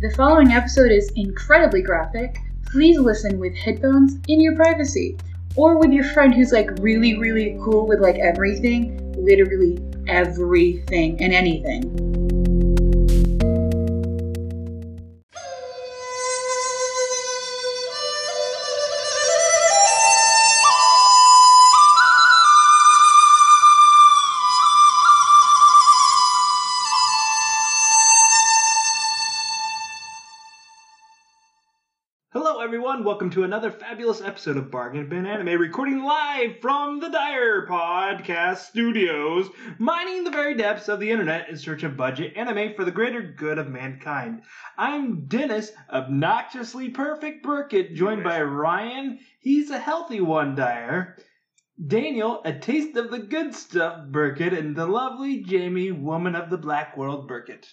The following episode is incredibly graphic. Please listen with headphones in your privacy or with your friend who's like really, really cool with like everything, literally everything and anything. Hello, everyone. Welcome to another fabulous episode of Bargain Bin Anime, recording live from the Dire Podcast Studios, mining the very depths of the internet in search of budget anime for the greater good of mankind. I'm Dennis, obnoxiously perfect Burkett, joined by Ryan. He's a healthy one, Dire. Daniel, a taste of the good stuff, Burkett, and the lovely Jamie, woman of the black world, Burkett.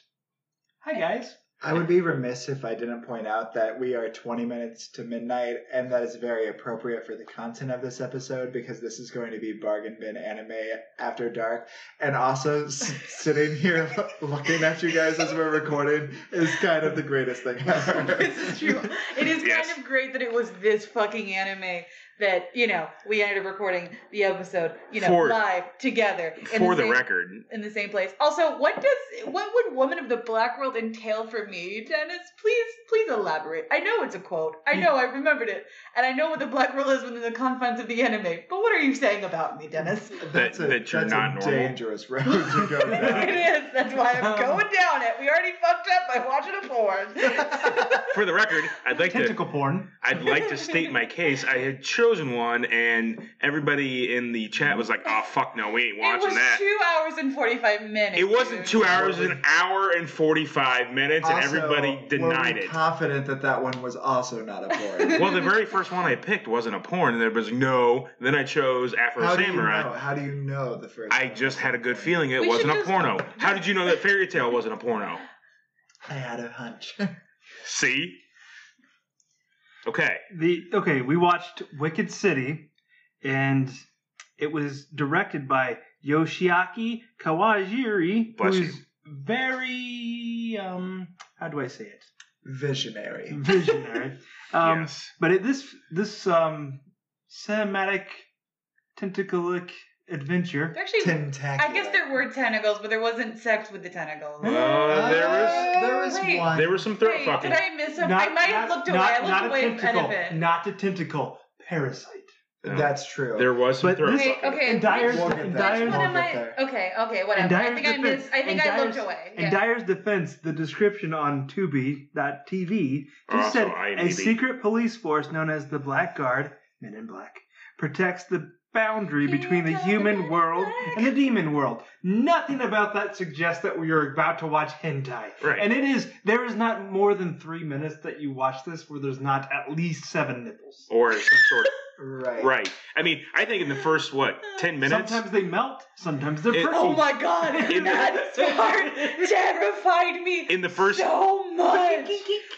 Hi, guys. I would be remiss if I didn't point out that we are 20 minutes to midnight, and that is very appropriate for the content of this episode because this is going to be bargain bin anime after dark. And also, s- sitting here looking at you guys as we're recording is kind of the greatest thing ever. this is true. It is Yes. kind of great that it was this fucking anime that you know we ended up recording the episode you know For- live together in For the same, record, in the same place. Also, what does what would "Woman of the Black World" entail for me, Dennis? Please, please elaborate. I know it's a quote. I know I remembered it, and I know what the Black World is within the confines of the anime. But what are you saying about me, Dennis? That's a, that you're that's not a normal. dangerous road to go it down. is. That's why I'm going down it. We already fucked up by watching a porn. for the record, I'd like to Tentacle porn. I'd like to state my case. I had chosen one, and everybody in the chat was like, "Oh fuck, no, we ain't It was watching that." two hours and forty-five minutes. It wasn't dude. two hours, an hour and forty-five minutes, and Also, everybody were denied we it. confident that that one was also not a porn. Well, the very first one I picked wasn't a porn, and there was no. Then I chose Afro How do you Samurai. know? How do you know the first I one just was had a a good porn? feeling it We should wasn't a just- porno. How did you know that Fairy Tale wasn't a porno? I had a hunch. See. Okay. the okay, we watched Wicked City, and it was directed by Yoshiaki Kawajiri, Bless who's very um, how do I say it, Visionary. visionary. um, yes. But it, this this um, cinematic tentacleic adventure. They're Actually, I Tentacular. guess there were tentacles, but there wasn't sex with the tentacles. Huh? Uh, there was there was Wait. one. there was some throat Wait, fucking. did I miss something? I might have looked away. Not, I looked not away a tentacle. a bit. Not a tentacle. Parasite. No. That's true. There was some But throat this- Wait, fucking. okay. And Dyer's, We'll which, get and there. which Dyer's, one We'll am get I? there. Okay, okay, whatever. And I Dyer's think I defense- missed. I think and I looked Dyer's- away. In yeah. Dyer's defense, the description on Tubi.tv just Also said a IMDb. secret police force known as the Black Guard, Men in Black, protects the boundary between the human world and the demon world. Nothing about that suggests that we are about to watch hentai. Right. And it is there is not more than three minutes that you watch this where there's not at least seven nipples. or some sort right. of right. I mean, I think in the first what ten minutes. Sometimes they melt, sometimes they're It- purple. oh my god, In- that part terrified me in the first so much.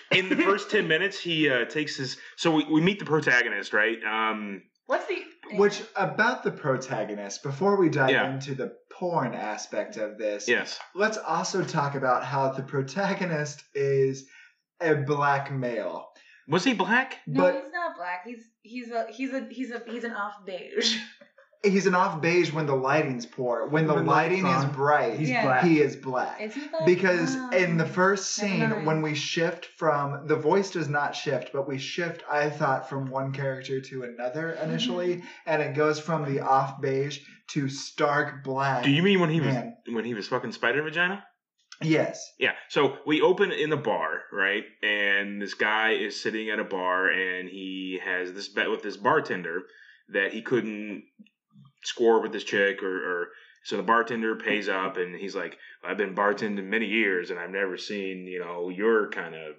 in the first ten minutes, he uh, takes his. So we, we meet the protagonist, right? Um, What's the Which about the protagonist, before we dive Yeah. into the porn aspect of this, yes, let's also talk about how the protagonist is a black male. was he black? No, But he's not black. He's he's a he's a he's a he's an off beige. he's an off beige when the lighting's poor. When the When the light's lighting is on, bright, He's Yeah. black. he is black. Is he black? because in the Um, first never scene mind. when we shift from the voice does not shift but we shift i thought from one character to another initially Mm-hmm. and it goes from the off beige to stark black Do you mean when he was Man. when he was fucking spider vagina? yes Yeah. So we open in the bar, right? And this guy is sitting at a bar, and he has this bet with this bartender that he couldn't score with this chick, or, or so the bartender pays up, and he's like, "I've been bartending many years, and I've never seen you know your kind of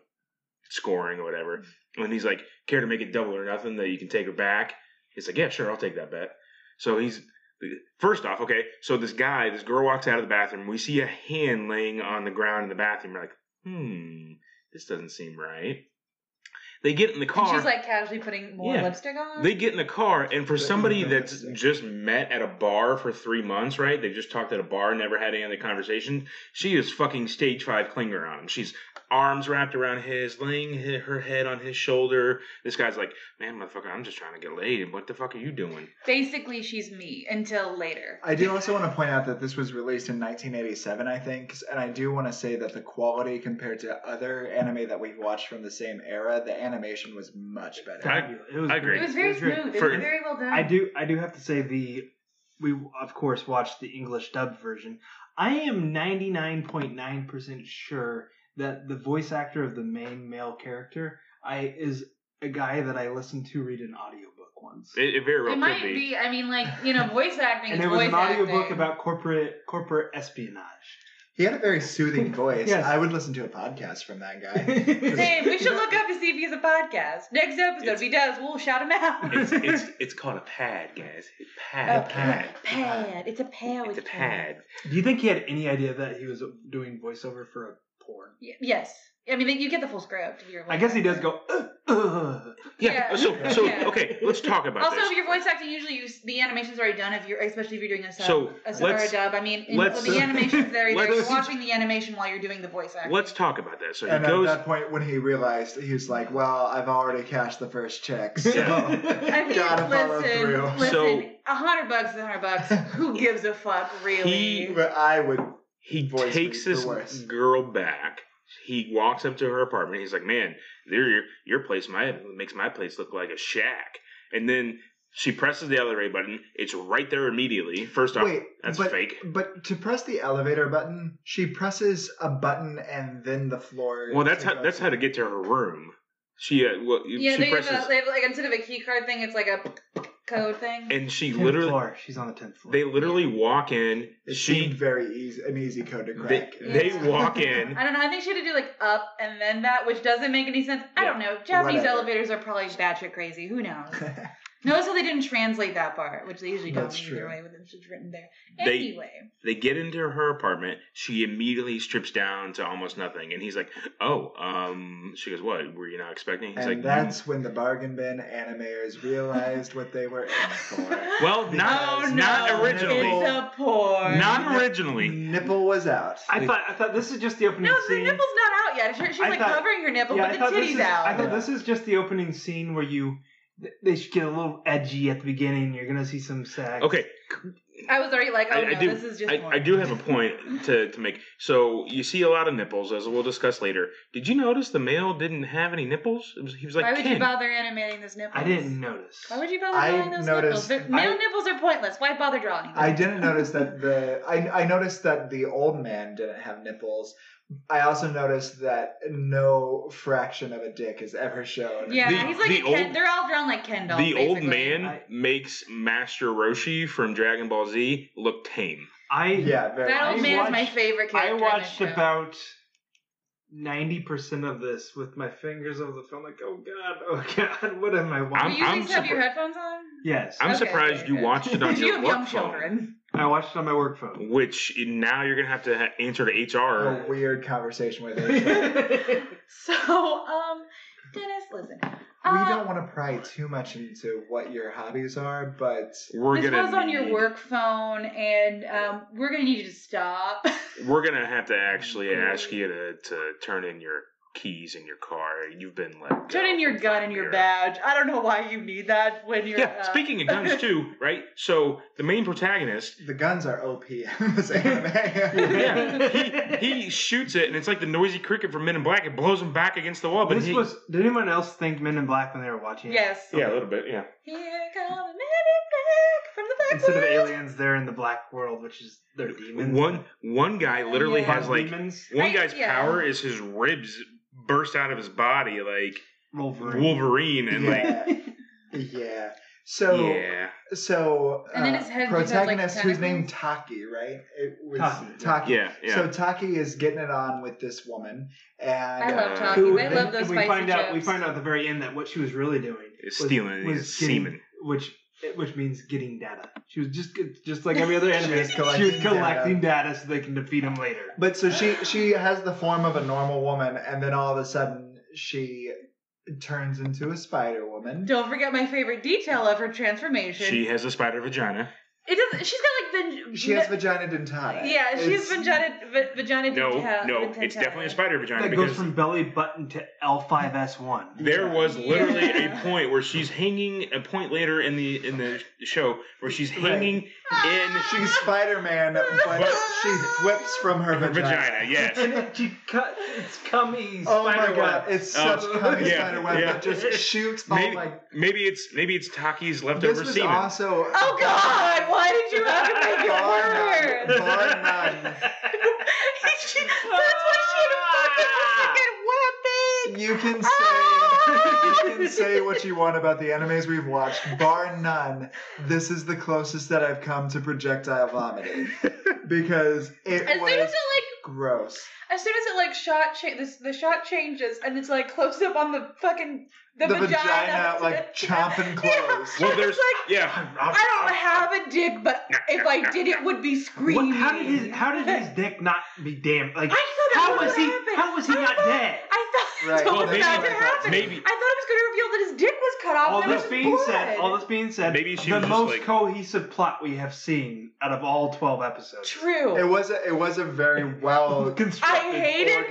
scoring or whatever." And he's like, "Care to make it double or nothing that you can take her back?" It's like, "Yeah, sure, I'll take that bet." So he's First off, okay, so this guy, this girl walks out of the bathroom. We see a hand laying on the ground in the bathroom. We're like, hmm, this doesn't seem right. They get in the And car. she's like casually putting more Yeah. lipstick on. They get in the car, and for They somebody don't that's know. just met at a bar for three months, right? They just talked at a bar, never had any other conversation. She is fucking stage five clinger on him. She's arms wrapped around his, laying he- her head on his shoulder. This guy's like, "Man, motherfucker, I'm just trying to get laid. What the fuck are you doing?" Basically, she's me until later. I do also want to point out that this was released in 1987, I think, and I do want to say that the quality compared to other anime that we've watched from the same era, the animation was much better. I- Fabulous. It was I agree. It was very great. smooth. For- it was very well done. I do I do have to say the we of course watched the English dub version. I am 99.9% sure that the voice actor of the main male character I is a guy that I listened to read an audiobook once. It, it very well It could might be. be. I mean, like you know, voice acting. and is it was voice an audiobook acting. about corporate corporate espionage. He had a very soothing voice. Yes. I would listen to a podcast from that guy. Hey, we should look up to see if he's a podcast. Next episode, It's- if he does, we'll shout him out. It's, it's it's called a pad, guys. Pad, Okay. pad. pad. It's a pad. It's a with pad. Do you think he had any idea that he was doing voiceover for a porn? Y- Yes. I mean, you get the full script if you're. a I guess voice he does actor. go "Uh, "Ugh, ugh." Yeah. Yeah. So so Yeah. okay, let's talk about Also, this. if you're voice acting, usually you, s- the animation's already done. If you're, especially if you're doing a sub, So, a sub or a let's- dub. I mean, in, let's- the animation's there. You're let's- watching the animation while you're doing the voice acting. Let's talk about this. So he and goes. at that point, when he realized, he was like, "Well, I've already cashed the first check, so I mean, gotta follow listen, through." So- listen. A hundred bucks is a hundred bucks. Who gives a fuck, really? He- But I would. He voice takes the- the this worst. girl back. He walks up to her apartment. He's like, "Man, your your place my makes my place look like a shack." And then she presses the elevator button. It's right there immediately. First off, Wait, that's but fake. But to press the elevator button, she presses a button and then the floor. Well, that's to how go that's to. how to get to her room. She uh, well, yeah, she they have, presses a, they have like instead of a key card thing, it's like a code thing. and she Tenth literally floor. She's on the tenth floor. they literally walk in. It seemed She very easy, an easy code to they, crack. they Yeah. walk in. I don't know. I think she had to do like up and then that, which doesn't make any sense. I don't know. Japanese Whatever. elevators are probably batshit crazy. Who knows? Notice how they didn't translate that part, which they usually don't That's either true. way when it's just written there. They- Anyway, They get into her apartment. She immediately strips down to almost nothing, and he's like, "Oh, um." She goes, "What? Were you not expecting?" He's and like, "You- that's when the bargain bin animators realized what they were in for. "Mm, Well, not Oh, no. not originally, it's a porn. not originally. Nipple was out. I thought I thought this is just the opening no, the scene. nipple's not out yet. She, she's I like thought- covering her nipple, Yeah, I but thought the this titty's is, I out. thought this is just the opening scene where you th- they should get a little edgy at the beginning. You're gonna see some sex. Okay, I was already like, oh I- I no, do- this is just I, porn. I do have a point to, to make. So you see a lot of nipples, as we'll discuss later. Did you notice the male didn't have any nipples? It was, he was like, Why would you "Ken." bother animating this nipple? I didn't notice. Why would you bother I drawing those nipples? noticed- They're- Male I- nipples are pointless. Why bother drawing them? I didn't notice that the I, I noticed that the old man didn't have nipples. I also noticed that no fraction of a dick is ever shown. Yeah, The- he's like the a Ken. old- they're all drawn like Ken dolls. the old basically. man I- makes Master Roshi from Dragon Ball Z look tame. I Yeah, very. That old I man is my watched- favorite I character. in watched this show. about ninety percent of this with my fingers over the phone. Like, oh god, oh god, what am I Were I'm- watching? you I'm using to have your surprised- headphones on? yes, I'm Okay, surprised okay, you okay. watched it on you your have work young phone, children. I watched it on my work phone. which now you're gonna have to ha- answer to HR. a weird conversation with HR. I So, um, Dennis, listen. we uh, don't want to pry too much into what your hobbies are, but We're this gonna was on your need- work phone, and um, we're gonna need you to stop. We're gonna have to actually ask you to, to turn in your keys in your car. You've been let go Turn in your from gun and your here. badge. I don't know why you need that when you're. Yeah, uh, speaking of guns too, right? So the main protagonist, the guns are OP in this anime. yeah, he, he shoots it, and it's like the noisy cricket from Men in Black. It blows him back against the wall, but this he, was. Did anyone else think Men in Black when they were watching? it? uh, Yes. yeah, a little bit, yeah. Here come the men in black from the back Instead of world. aliens, they're in the black world, which is they're demons. One one guy literally Yeah. has like demons. one I- guy's yeah. power is his ribs burst out of his body like Wolverine. Wolverine, and like yeah. yeah. So yeah, so And then uh, his head becomes, like, protagonist who's tentacles. named Taki, right? It was Taki, Taki. yeah, yeah. So Taki is getting it on with this woman, and I love Uh, talkies. Who- I love those we spicy find chips. out we find out at the very end that what she was really doing Is was- stealing was his getting- semen. which which means getting data. She was just just like every other She anime, was she was collecting collecting data. so they can defeat him later. But so she she has the form of a normal woman, and then all of a sudden she turns into a Spider Woman. Don't forget my favorite detail of her transformation. She has a spider vagina. it doesn't. She's got like the. She has vagina dentata. Yeah, she's It's- vagina. va- Vagina. No, deta- no, dentata. it's definitely a spider vagina That goes because from belly button to L5S1. there was literally Yeah. a point where she's hanging. A point later in the in the show where she's Right. hanging in Ah! She's Spider Man, but she whips from her, her vagina. Yes. And it, she cut, it's cummy Oh spider my god, web. it's Oh, such cummy yeah, spider web yeah. that just shoots. Maybe- oh my Maybe it's maybe it's Taki's This leftover was semen. also Oh God! Why did you have to make Bar it worse? none. Bar none. She- that's Ah! why she had a fucking second weapon. You can Ah! say you can say what you want about the animes we've watched, bar none. This is the closest that I've come to projectile vomiting because it As was soon as it like, gross. as soon as it like shot, cha- this the shot changes and it's like close up on the fucking the, vagina like chomping clothes. Well, It's there's like- yeah. I don't have a dick, but if I did, it would be What- screaming. how did his how did his dick not be damn I like thought that how was was gonna he happen. how was he I not thought- dead? I thought Right. that Well, was maybe- about to happen. maybe- I thought it was going to reveal that his dick was cut off. All and it was this just being said, blood. all this being said, Maybe she the was just most like- cohesive plot we have seen out of all twelve episodes. True. It was a, it was a very well Constructed. I hate- hated-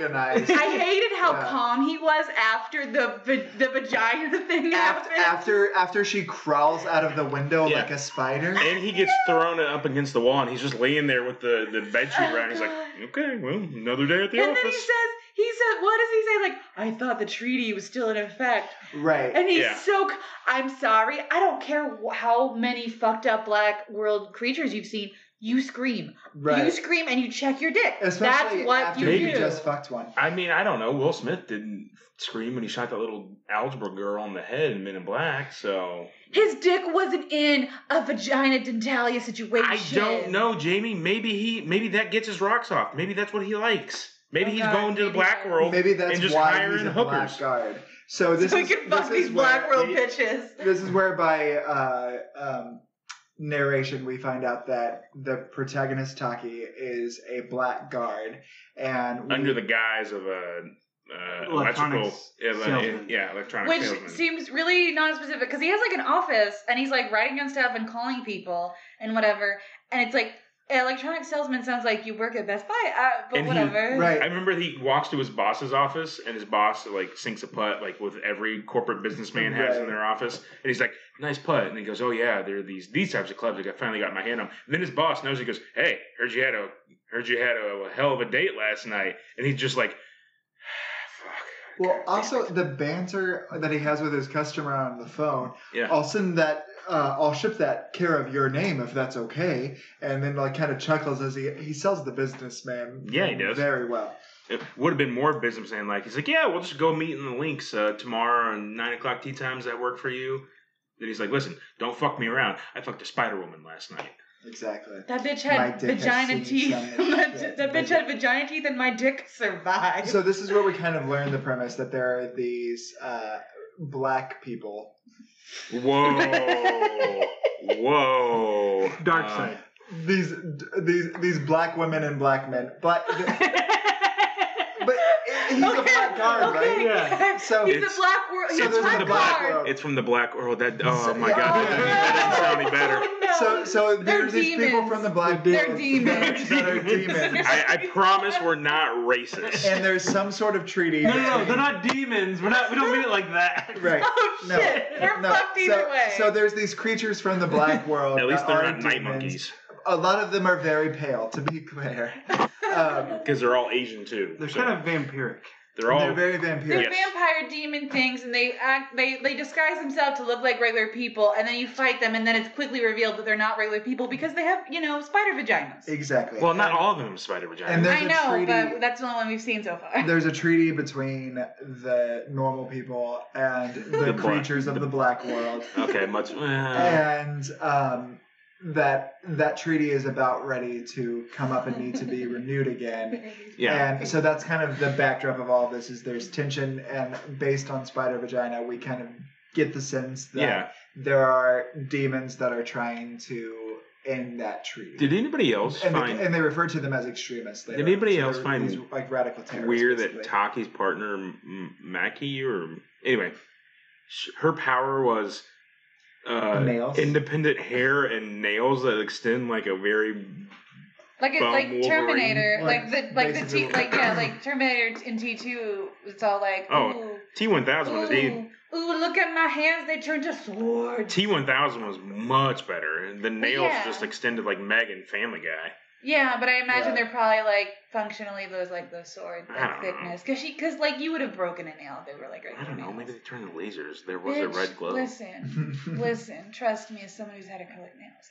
organized. I hated how Yeah. calm he was after the va- the vagina thing After, happened. after after she crawls out of the window Yeah. like a spider. And he gets thrown up against the wall, and he's just laying there with the the bed sheet Oh, around. He's like, God. okay, well, another day at the and then he office. says, he said, what does he say? Like, I thought the treaty was still in effect. Right. And he's Yeah. so, c- I'm sorry, I don't care wh- how many fucked up black world creatures you've seen, you scream. right. You scream and you check your dick. Especially That's what after you he do. just fucked one. I mean, I don't know. Will Smith didn't scream when he shot that little algebra girl on the head in Men in Black, so His dick wasn't in a vagina dentalia situation. I don't know, Jamie. Maybe he, maybe that gets his rocks off. Maybe that's what he likes. Maybe Oh, he's God, going to the maybe black that- world. Maybe that's and just why hiring he's a hookers. blackguard. So this So we is can fuck this is these where black world we- bitches. This is where by uh, um, narration we find out that the protagonist Taki is a blackguard, and we- under the guise of a uh, electrical, Electronics yeah, le- salesman. yeah, electronic Which salesman. seems really non-specific because he has like an office and he's like writing down stuff and calling people and whatever. And it's like electronic salesman sounds like you work at Best Buy, uh, but And he- whatever. I right. remember he walks to his boss's office, and his boss like sinks a putt, like with every corporate businessman has in Right. their office. And he's like, "Nice putt," and he goes, "Oh yeah, there are these these types of clubs I finally got my hand on." And then his boss knows. He goes, "Hey, heard you had a heard you had a, hell of a date last night," and he's just like, "Fuck." Well, God damn also it." the banter that he has with his customer on the phone. yeah. I'll send that. Uh, I'll ship that care of your name if that's okay. And then like kind of chuckles as he he sells the businessman. Yeah, he does. very well. It would have been more businessman like. He's like, yeah, we'll just go meet in the links uh, tomorrow and nine o'clock tea times. That work for you? Then he's like, listen, don't fuck me around. I fucked a Spider Woman last night. Exactly. That bitch My had dick has vagina seen teeth. so much that shit. that bitch had vagina teeth, and my dick survived. So this is where we kind of learn the premise that there are these uh, black people. Whoa, whoa, Dark Uh, side. These these these black women and black men. But but he's a black guard, okay. right? Yeah. So- he's It's- a black world. He's so a there's it's black from the guard. black guard. It's from the black world. That oh So- my god, that Oh, didn't- that didn't sound any better. Oh, no. So so there's They're these people demons. from the black They're world demons. that are demons. I, I promise we're not racist. And there's some sort of treaty. No, no, no, between- they're not demons. We're not. We don't mean it like that. right. oh shit! No, They're no. fucked either so, way. so there's these creatures from the black world. At least that they're are not night demons. monkeys A lot of them are very pale, to be clear. Um, because they're all Asian too. They're so kind of vampiric. they're all they're very vampiric. They're Yes. vampire demon things, and they act they they disguise themselves to look like regular people, and then you fight them, and then it's quickly revealed that they're not regular people because they have you know spider vaginas. Exactly. well, not all of them have spider And vagina. there's I a know, treaty- but that's the only one we've seen so far. There's a treaty between the normal people and the, The black- creatures of the black world, Okay, much. Uh, and um, that that treaty is about ready to come up and need to be renewed again. yeah. And so that's kind of the backdrop of all this is there's tension, and based on Spider Vagina, we kind of get the sense that Yeah. there are demons that are trying to in that treaty. Did anybody else and, find they, and they refer to them as extremists. Later Did anybody on. else they're find these, like radical terrorists? weird basically. that Taki's partner M- M- Maki or anyway, sh- her power was uh, Nails. independent hair and nails that extend like a very Like it's Bum like Wolverine. Terminator, Like, like the like the basically T, what- like yeah, like Terminator in T two. It's all like Oh, oh, ooh, T1000 was even ooh, ooh, look at my hands, they turned to swords. T1000 was much better. and The nails Oh. yeah. just extended like Meg and Family Guy. Yeah, but I imagine Yeah. they're probably like functionally those like the sword I like don't know. thickness because she because like you would have broken a nail if they were like I regular don't know. nails. Maybe they turned the lasers. There was a Bitch, red glow. Listen, listen, trust me, as someone who's had acrylic nails.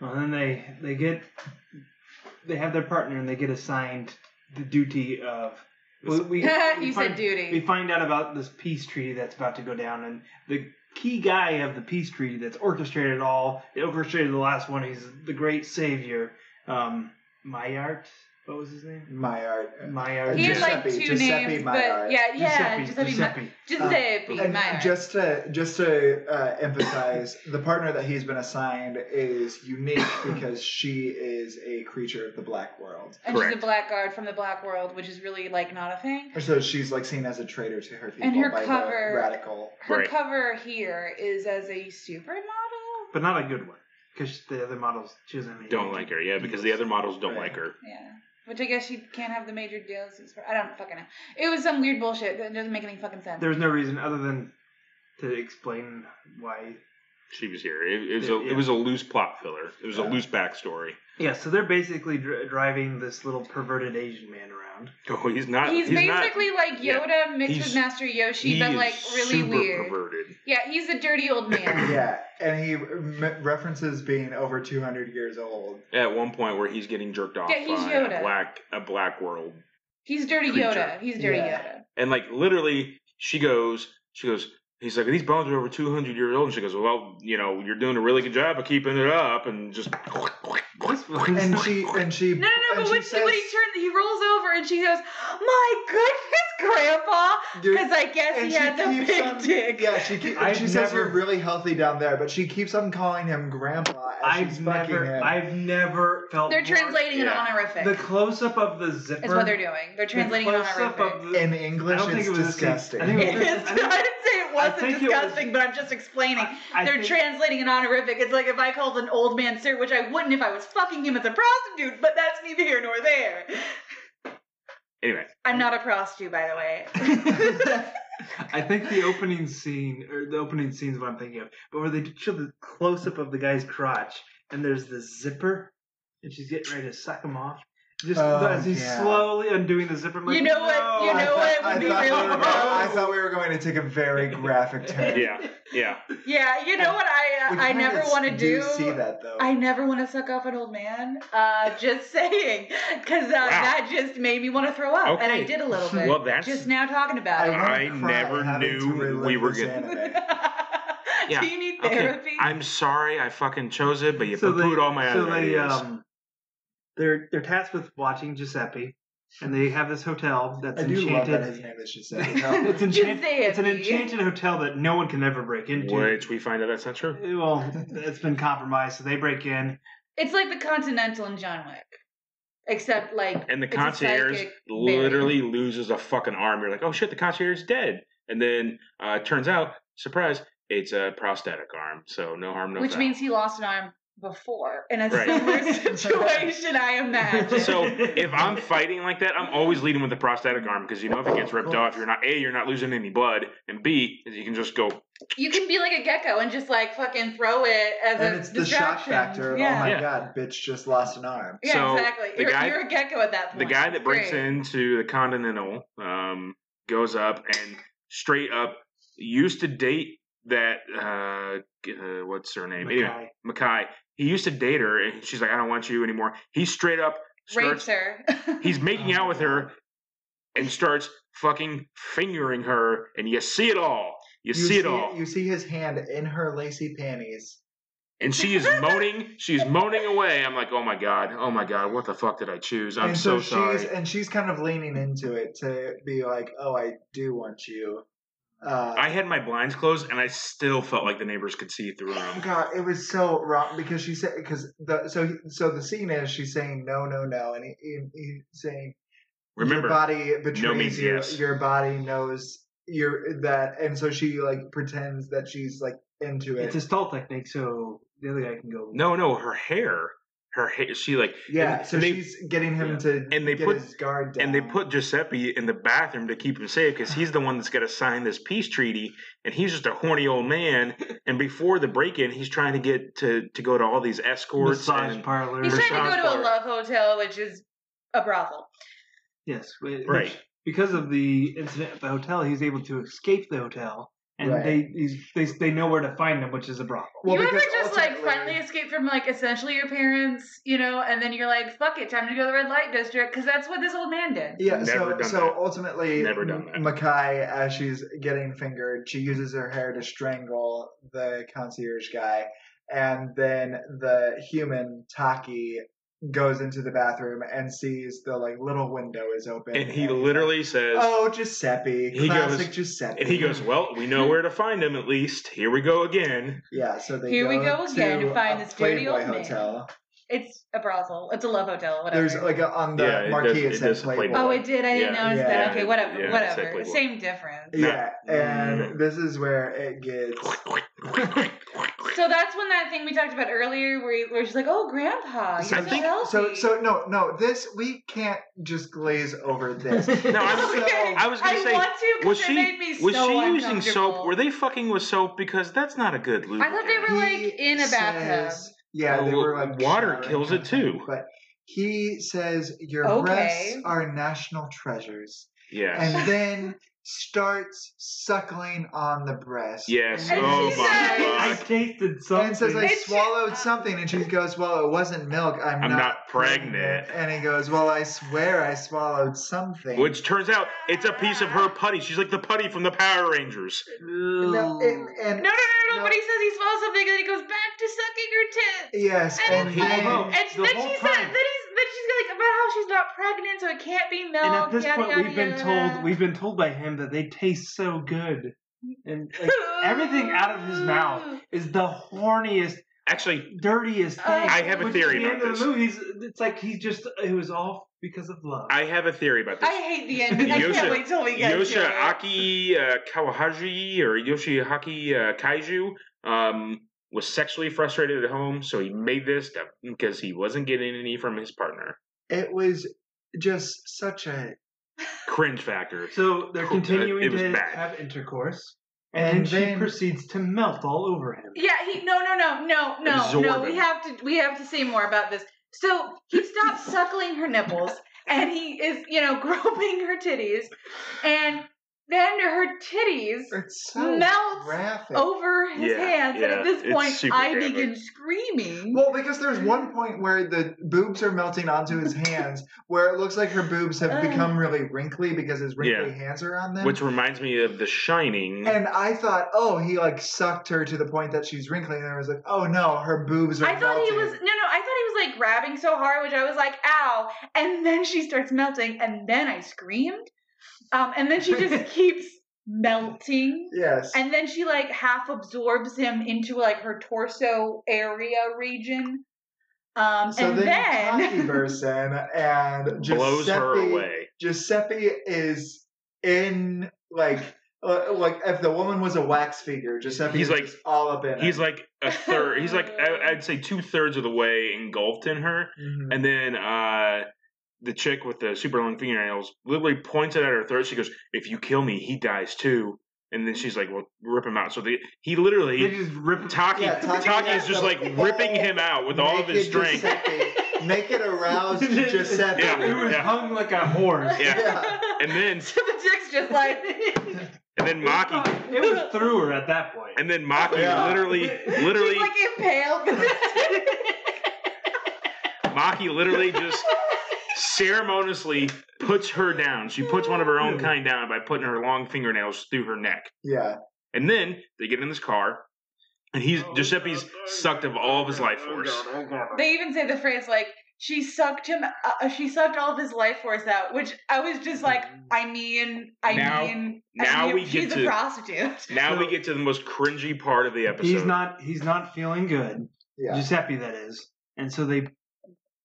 Well, then they they get they have their partner and they get assigned the duty of. Well, we, we you find- said We duty. find out about this peace treaty that's about to go down, and the key guy of the peace treaty that's orchestrated it all, he orchestrated the last one. He's the great savior, um, Maillard. What was his name? my art. Maillard. He had like two Giuseppe- Giuseppe names, Maillard. but yeah, yeah, Giuseppe. Giuseppe, Ma- Giuseppe. Giuseppe, And Maillard. just to just to uh, emphasize, the partner that he's been assigned is unique because she is a creature of the black world, and she's a Correct. blackguard from the black world, which is really like not a thing. so she's like seen as a traitor to her people And her by cover- the radical. Her Right. cover here is as a supermodel. but not a good one because the other models she doesn't have any Don't like her. Yeah, because the other models don't Right. like her. Yeah. Which I guess she can't have the major deals. as far- I don't fucking know. It was some weird bullshit that doesn't make any fucking sense. There's no reason other than to explain why She was here. It, it was a Yeah. it was a loose plot filler. It was a Yeah. loose backstory. Yeah, so they're basically dri driving this little perverted Asian man around. Oh, he's not. he's, He's, basically like yeah. Yoda mixed He's- with Master Not, Yoshi, he but is like really super weird. perverted. Yeah, he's a dirty old man. Yeah, and he m- references being over two hundred years old. At one point where he's getting jerked off Yeah, he's by a Yoda. black a black world He's dirty Creature. Yoda. He's dirty Yeah. Yoda. And like literally, she goes, she goes. He's like, these bones are over two hundred years old. And she goes, well, you know, you're doing a really good job of keeping it up, and just. This was- And she and she No, no, no. and but she when, says, when he turns, he rolls over and she goes, "My goodness, Grandpa," Dude, because I guess and he she has a keeps big on- dick. Yeah, she keep, and I've she says never- you're really healthy down there, but she keeps on calling him grandpa. As she's I've fucking never, him. I've never felt. They're more- translating yeah. an honorific. The close up of the zipper. is what they're doing. They're translating an the close-up honorific. of the- In I English, don't think it's it was disgusting. I think it It was is. I didn't say it I think wasn't it was- disgusting, but I'm just explaining. I They're think- translating an honorific. It's like if I called an old man sir, which I wouldn't if I was fucking him as a prostitute, but that's neither here nor there. anyway, I'm not a prostitute, by the way. I think the opening scene, or the opening scene is what I'm thinking of, but where they show the close up of the guy's crotch, and there's the zipper, and she's getting ready to suck him off. Just Oh, as he's yeah. slowly undoing the zipper. I'm like, You know what- "No." you I know what? thought- It would I be thought we really were going- gross. I thought we were going to take a very graphic turn. yeah, yeah. yeah, you know what We I I kinda never want to do. See that though. I never want to suck off an old man. Uh, just saying, because uh, that just made me want to throw up, and I Okay. did a little bit. Well, that's just now talking I about wanna I cry never having knew to relive we were this gonna- anime. it. Yeah, Do you need okay. therapy? I'm sorry, I fucking chose it, but you so so they, poo-pooed all my so other they, ideas. um, they're they're tasked with watching Giuseppe, and they have this hotel that's I do love that his enchanted. name is just "Oh, it's enchanted. It's an Giuseppe. enchanted hotel that no one can ever break into. Which we find out that's not true. Well, it's been compromised, so they break in. It's like the Continental in John Wick, except like And the it's a concierge psychic barrier. literally loses a fucking arm. You're like, oh shit, the concierge is dead. And then uh, it turns out, surprise, it's a prosthetic arm, so no harm, no which foul. means he lost an arm before in a Right. similar situation. I imagine. So if I'm fighting like that, I'm always leading with the prosthetic arm because you know if it gets ripped off, you're not a you're not losing any blood, and b is you can just go. you can be like a gecko and just like fucking throw it as and a it's the shock distraction. factor of, yeah. oh my Yeah. god, bitch just lost an arm. yeah, So, exactly. the You're, guy- you're a gecko at that The point. guy that breaks Great. into the Continental um, goes up and straight up used to date that uh, g- uh what's her name? Anyway, Mackay. Makai. He used to date her, and she's like, I don't want you anymore. He straight up rapes starts. her. He's making out with her and starts fucking fingering her, and you see it all. You, see, it all. You see his hand in her lacy panties. and she is moaning. She's moaning away. I'm like, oh my god, oh my god, what the fuck did I choose? I'm and so, she's sorry. and she's kind of leaning into it to be like, oh, I do want you. Uh, I had my blinds closed, and I still felt like the neighbors could see through them. Oh God, it was so wrong because she said because the so he- so the scene is she's saying no no no and he, he, he's saying Remember, your body betrays means you yes. your body knows your that and so she like pretends that she's like into it It's a stall technique, so the other guy can go. no, no, her hair, her hair. She like yeah and so they- she's getting him yeah. to And they get put- his guard down and they put Giuseppe in the bathroom to keep him safe because he's the one that's got to sign this peace treaty, and he's just a horny old man. And before the break-in, he's trying to get to to go to all these escorts. massage And, parlor. He's trying to Massage go to a bar. love hotel, which is a brothel. yes, wait, which- right. Because of the incident at the hotel, he's able to escape the hotel, and Right. they he's, they they know where to find him, which is a brothel. Well, you ever because just like ultimately- finally escape from like essentially your parents, you know, and then you're like, fuck it, time to go to the red light district, because that's what this old man did. Yeah, Never so done so that. ultimately, Never done that. Makai, as she's getting fingered, she uses her hair to strangle the concierge guy, and then the human Taki goes into the bathroom and sees the like little window is open, And he he's like, literally says, "Oh, Giuseppe, He classic goes- Giuseppe." and he goes, "Well, we know where to find him. At least here we go again." "Yeah." So they Here we go to again to find a this dirty Playboy old man. hotel. It's a brothel. It's a love hotel, whatever. There's like a, on the Yeah, it marquee does- it it says does play Playboy. oh, I did. I didn't Yeah, notice yeah, that. Okay, whatever, yeah, it's like whatever. Playboy. Same difference. Yeah, No. and Mm-hmm. this is where it gets. So that's when that thing we talked about earlier, where, where she's like, "Oh, Grandpa, So you're so I think- healthy." So, so no, no. This we can't just glaze over this. No, I'm- Okay, I was gonna I say, want to because was it she- made me Was so she using soap? uncomfortable. Were they fucking with soap? Because that's not a good I lubricant. thought they were like in a bathtub. says- yeah, they Oh, Well, were like water showering kills it too. But he says your Okay. breasts are national treasures, Yes. and then starts suckling on the breast. yes. And oh she my I says- god. tasted something. And says I It's- swallowed something, and she goes, "Well, it wasn't milk. I'm, I'm not, not pregnant." And he goes, "Well, I swear I swallowed something." Which turns out it's a piece of her putty. She's like the putty from the Power Rangers. No, and, and- No, no, no, no, No. But he says he swallows something, and then he goes back to sucking her tits. yes, And and it's like- then Although- And The then whole she said, time- then he's, then she's like about how she's not pregnant, so it can't be milk. and at this yada, point, yada, we've been yada. told we've been told by him that they taste so good, and like everything out of his mouth is the horniest Actually, dirtiest thing. I have a Which theory at the end about of the this. movies, it's like he just it was all because of love. I have a theory about I this. hate the ending. I Yosha- can't wait till we get to it. Yoshiaki uh, Kawahaji or Yoshihaki uh, Kaiju um, was sexually frustrated at home, so he made this to- because he wasn't getting any from his partner. it was just such a Cringe factor. so they're Cool. continuing It was to bad. have intercourse, and, And she then- proceeds to melt all over him. Yeah, he no no no no no Absorb no. We it. have to we have to say more about this. So he stops suckling her nipples and he is you know groping her titties, and then her titties it's so Melts graphic. Oh. over his Yeah, hands, and yeah, at this it's point super I graphic. begin screaming. Well, because there's one point where the boobs are melting onto his hands, where it looks like her boobs Uh. have become really wrinkly because his wrinkly hands are on them. Which reminds me of The Shining. and I thought, oh, he like sucked her to the point that she's wrinkly, and I was like, oh no, her boobs are. I thought he melting. was no no. I thought he was like grabbing so hard, which I was like, "Ow!" And then she starts melting, and then I screamed, um, and then she just keeps melting, Yes. and then she like half absorbs him into like her torso area region, um, so and then, Taki then bursts in and Giuseppe, blows her away. Giuseppe is in like uh, like if the woman was a wax figure, Giuseppe He's is like- just all up in He's it. like a third. He's like I, I'd say two thirds of the way engulfed in her, Mhm. and then uh, the chick with the super long fingernails literally points it at her throat. She goes, "If you kill me, he dies too." And then she's like, "Well, rip him out." So they, he They literally just rip. Taki Yeah, Taki Taki is has just the like full ripping him out with all of his Naked strength. Giuseppe. Make it aroused Giuseppe. Yeah, it was yeah. hung like a horse. Yeah, and then so the chick's just like, and then Maki It was through her at that point. and then Maki Yeah. literally literally she's like impaled. Maki literally just ceremoniously puts her down. She puts one of her own kind down by putting her long fingernails through her neck. Yeah. And then they get in this car, Oh, and he's Giuseppe's sucked of all of his life force. They even say the phrase like she sucked him. Uh, she sucked all of his life force out, which I was just like, I mean, I Mm. Now- mean, I now mean, we she's get a to- prostitute. Now So- we get to the most cringy part of the episode. He's not he's not feeling good. Yeah. Giuseppe that is. And so they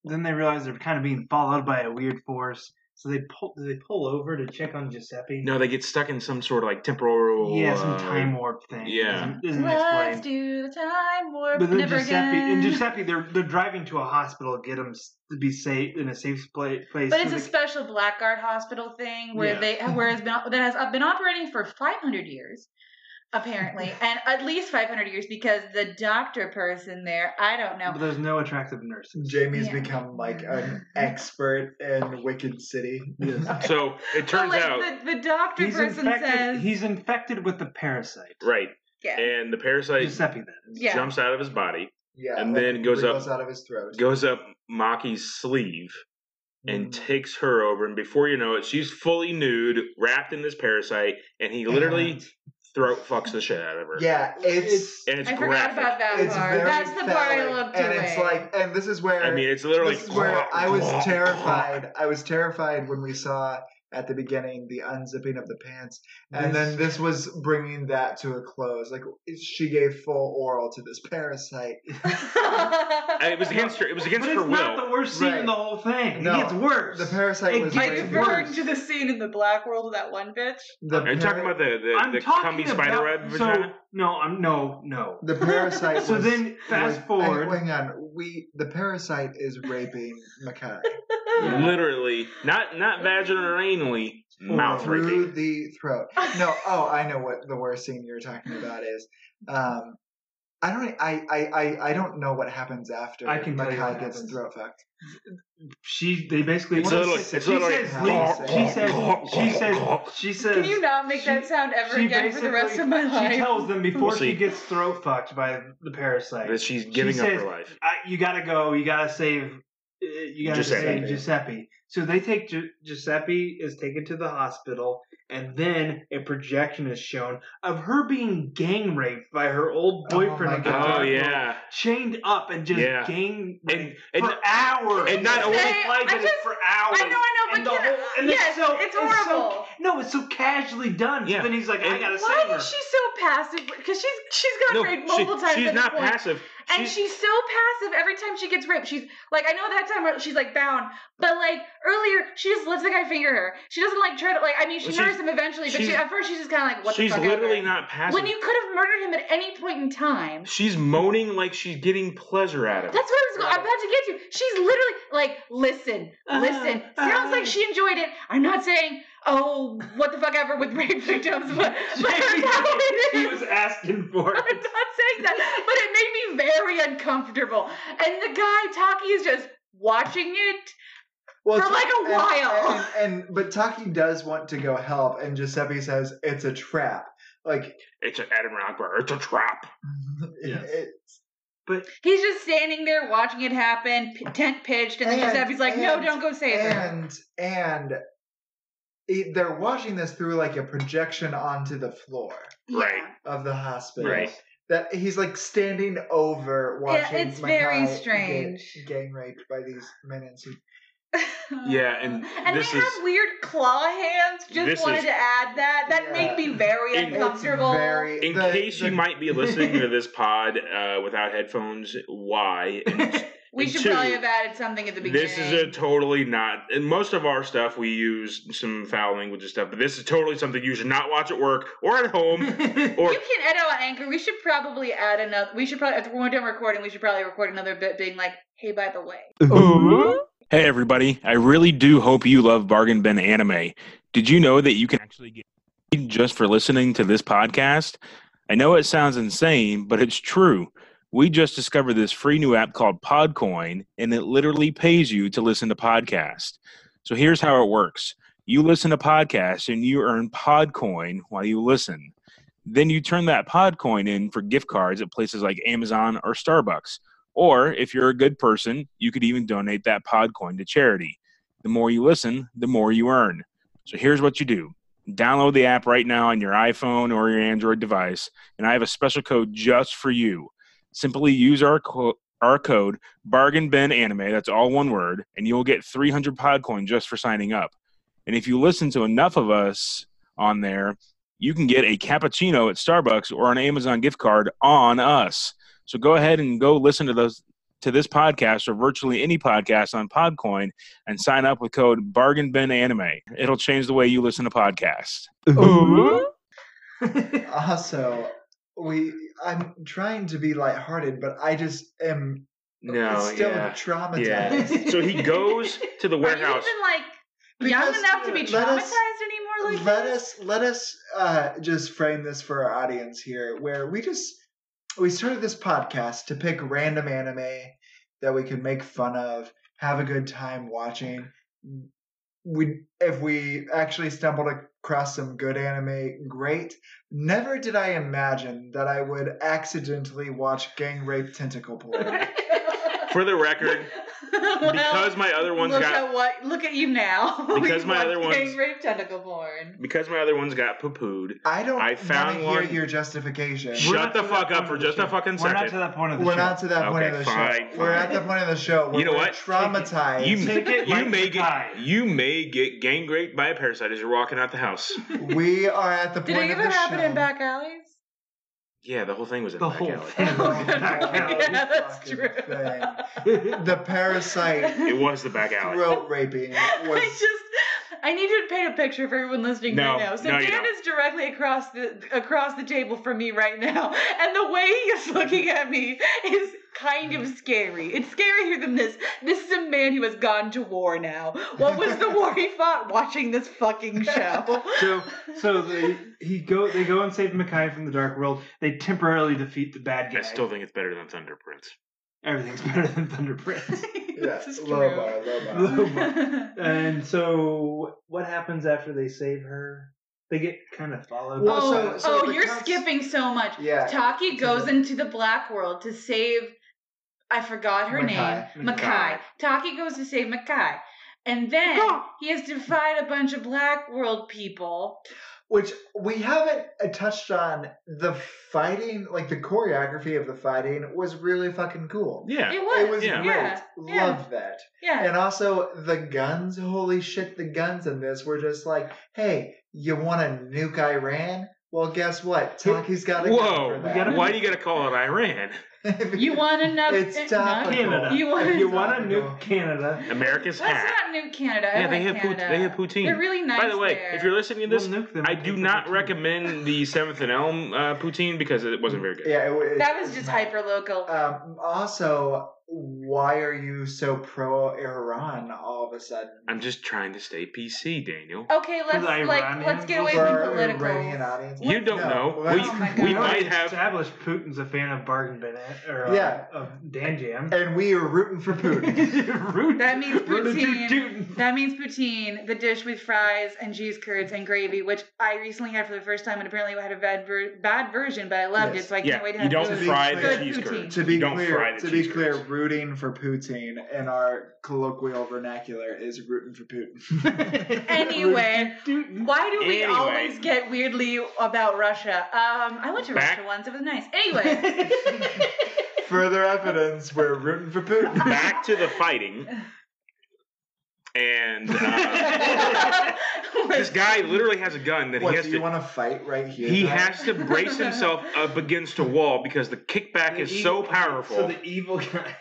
then they realize they're kind of being followed by a weird force. So they pull do they pull over to check on Giuseppe? No, they get stuck in some sort of like temporal. Yeah, some uh, time warp thing. yeah. Isn't, isn't Let's explained. do the time warp. But then Never Giuseppe again. and Giuseppe they're they're driving to a hospital to get him s- to be safe in a safe pla- place. But so it's a they- special blackguard hospital thing where Yeah. they where has been that has uh, been operating for 500 years apparently and at least 500 years because the doctor person there I don't but know there's no attractive nurses. Jamie's Yeah. become like an expert in Wicked City. So But, it turns like, out, the, the doctor He's person infected, says he's infected with the parasite. right, yeah and the parasite Giuseppe that is. yeah jumps out of his body, Yeah, And then goes up- wriggles out of his throat. goes up Maki's sleeve, and Mm. takes her over. And before you know it, she's fully nude, wrapped in this parasite, and he literally And- throat fucks the shit out of her. yeah, it's and it's I forgot graphic. about that it's part very that's the part I phallic, looked and away it's like, and this is where I mean, it's literally. this is where I was terrified. I was terrified when we saw at the beginning the unzipping of the pants, and then this was bringing that to a close. Like she gave full oral to this parasite. It was against her. It was against But her it's not will. the worst scene in Right. the whole thing. No. It gets worse. The parasite It was are gets you way worse. referring to the scene in the black world with that one bitch the Are you talking para- about the the, the cummy spider web So vagina? no, I'm no no. the parasite. So was- then fast was- forward. Hang, hang on, we the parasite is raping Makai Yeah. Literally, not not vaginal or anally, mouth Through raping. through the throat. No, oh, I know what the worst scene you're talking about is. Um, I don't. I, I, I, I don't know what happens after I can tell you Makai what gets happens. throat fucked. she they basically It's she literally- says- it's she literally- says leave. she says she says she says can you not make that she- sound ever she again for the rest basically- of my life she tells them before We'll she see. gets throat fucked by the parasite. that she's giving up says- her life. I, you gotta go. You gotta save. uh, You gotta Giuseppe. save Giuseppe. So they take Gi- Giuseppe is taken to the hospital, and then a projection is shown of her being gang raped by her old Oh my boyfriend. at the God. Oh hospital, yeah, chained up and just Yeah. gang and raped and for hours. and not only- They played I it just- for hours. I know, I and know, but the can, whole- and it's yes, so- it's it's so- horrible. No, it's so casually done. Yeah. So then he's like, I And- gotta Why save her. is she so passive? Because she's she's got no, raped she, multiple times. she's at this not point. passive. And She's- she's so passive every time she gets raped. She's like, I know that time where she's like bound, but like earlier, she just lets the guy finger her. She doesn't like try to like. I mean, she Well, murders she's- him eventually, but she, she's- at first she's just kind of like, what she's the fuck literally ever. not passive. When you could have murdered him at any point in time. she's moaning like she's getting pleasure out of it. That's what I was I'm about to get to. She's literally like, listen, listen. Uh, Sounds uh. like she enjoyed it. I'm not saying, oh, what the fuck ever with rape victims, but, but her she palate is- was asking for it. I'm not saying that, but it made me very uncomfortable. And the guy Taki is just watching it. Well, For like a and- while. And, and, but Taki does want to go help, and Giuseppe says it's a trap. Like, It's an Adam Rockbar. It's a trap. Yes. it- He's just standing there watching it happen, p- tent pitched, and then And- Giuseppe's like, "No, and- don't go save her." and and it, they're watching this through like a projection onto the floor Right. of the hospital. Right. That he's like standing over watching. it's very Makai get strange. Gang raped by these men in suits. Yeah, and and this they is- have weird claw hands. This Just wanted is- to add that. That Yeah. made me very In- It's uncomfortable. very. In the- case the- you might be listening to this pod uh, without headphones, why? And we and should two, probably have added something at the beginning. this is a totally not. And most of our stuff, we use some foul language and stuff, but this is totally something you should not watch at work or at home. Or you can edit on anchor. We should probably add another. We should probably after we're done recording, we should probably record another bit, being like, "Hey, by the way." Hey everybody, I really do hope you love Bargain Bin anime. Did you know that you can actually get paid just for listening to this podcast? I know it sounds insane, but it's true. We just discovered this free new app called Podcoin, and it literally pays you to listen to podcasts. So here's how it works. You listen to podcasts and you earn Podcoin while you listen. Then you turn that Podcoin in for gift cards at places like Amazon or Starbucks. Or if you're a good person, you could even donate that Podcoin to charity. The more you listen, the more you earn. So here's what you do download the app right now on your iPhone or your Android device, and I have a special code just for you. Simply use our, co- our code bargain bin anime that's all one word and you'll get 300 podcoin just for signing up and if you listen to enough of us on there you can get a cappuccino at starbucks or an amazon gift card on us so go ahead and go listen to those to this podcast or virtually any podcast on podcoin and sign up with code bargain bin anime it'll change the way you listen to podcasts Also, we I'm trying to be lighthearted, but I just am no still yeah. traumatized. Yeah. so he goes to the Are you even warehouse like young Because, enough to be uh, traumatized let us- anymore? Like let this? us let us uh, just frame this for our audience here, where we just we started this podcast to pick random anime that we can make fun of, have a good time watching. We if we actually stumbled across some good anime, great. Never did I imagine that I would accidentally watch gang rape tentacle porn. for the record Well, because my other one's look got at what look at you now. Because my We've other watched gang one's- rape tentacle porn. because my other one's got poo pooed. I don't. I I found found one- hear your justification. Shut not the to that fuck point up for of the just a show. fucking We're not second. to that point of the We're show. not to that point Okay, of the fine, show. We're fine. at the point of the show where You know we're what? traumatized. You, Take it you like may the get tide. you may get gang raped by a parasite as you're walking out the house. we are at the Did point it of ever the happen show. in back alleys? Yeah, the whole thing was in The back whole alley. thing. Oh, Yeah, that's fucking true. thing. Not The parasite It was the back alley. throat raping I was. just I need you to paint a picture for everyone listening No, right now. So no, you Dan don't. is directly across the across the table from me right now, and the way he is looking at me is kind of scary. It's scarier than this. This is a man who has gone to war now. What was the war he fought watching this fucking show? so so they he go they go and save Makai from the dark world. They temporarily defeat the bad guy. I still think it's better than Thunder Prince. Everything's better than Thunder Prince. Yeah, this is low true. bar, low bar. Low bar. and so what happens after they save her? They get kind of followed. Well, oh, so- so oh the you're cops- skipping so much. Yeah. Taki To goes the- into the black world to save. I forgot her Makai. name. Makai. Makai. Taki goes to save Makai. And then Makai. he has to fight a bunch of black world people. Which we haven't uh, touched on. The fighting, like the choreography of the fighting, was really fucking cool. Yeah. It was. It was yeah. great. yeah. Loved that. Yeah. And also the guns, holy shit, the guns in this were just like, hey, you want to nuke Iran? Well, guess what? Taki's got a Whoa! gun We gotta- for Why do you gotta call it Iran? that. You want enough. eh, It's topical. Canada. You want- if you want to Topical. nuke Canada, America's That's hat. not New Canada. I yeah, they have like pout- Canada. they have poutine. They're really nice. By the way, there. if you're listening to we'll this, nuke them. I and do take not their team. recommend the Seventh and Elm uh, poutine because it wasn't very good. Yeah, it, it, that was just hyper local. Um, also, why are you so pro Iran all of a sudden? I'm just trying to stay PC, Daniel. okay, let's the like Iranians let's get will away For from our political. Iranian audience. You don't know. well, We- Oh my We God. might might have- established Putin's a fan of Bargain Bennett or uh, Yeah. of Dan Jam. and we are rooting for Putin. Root- That means root a poutine. toot- toot. That means poutine, the dish with fries and cheese curds and gravy, which I recently had for the first time, and apparently I had a bad, ver- bad version, but I loved Yes. it, so I Yeah, can't wait to you have don't good- fry the good cheese poutine. curds. to be You don't fry clear, the to be cheese clear, curds. rooting for Putin in our colloquial vernacular is rooting for Putin. Anyway, Toot. why do we Anyway. always get weirdly about Russia? Um, I went to Back- Russia once; it was nice. Anyway, Further evidence, we're rooting for Putin. Back to the fighting, and uh, this guy literally has a gun that he What has do you to. want to fight right here? He Matt? has to brace himself up against a wall because the kickback The is evil- so okay, powerful. So the evil guy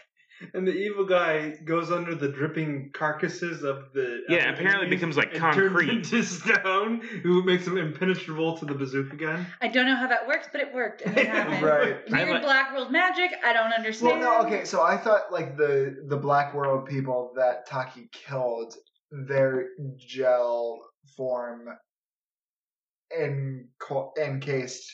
and the evil guy goes under the dripping carcasses of the of Yeah, the apparently enemies becomes, like, and turns concrete. into stone, who makes him impenetrable to the bazooka gun. I don't know how that works, but it worked. and It happened. Right. I Weird like- black world magic. I don't Well, understand. no, okay. So I thought like the the Black World people that Taki killed, their gel form enco- encased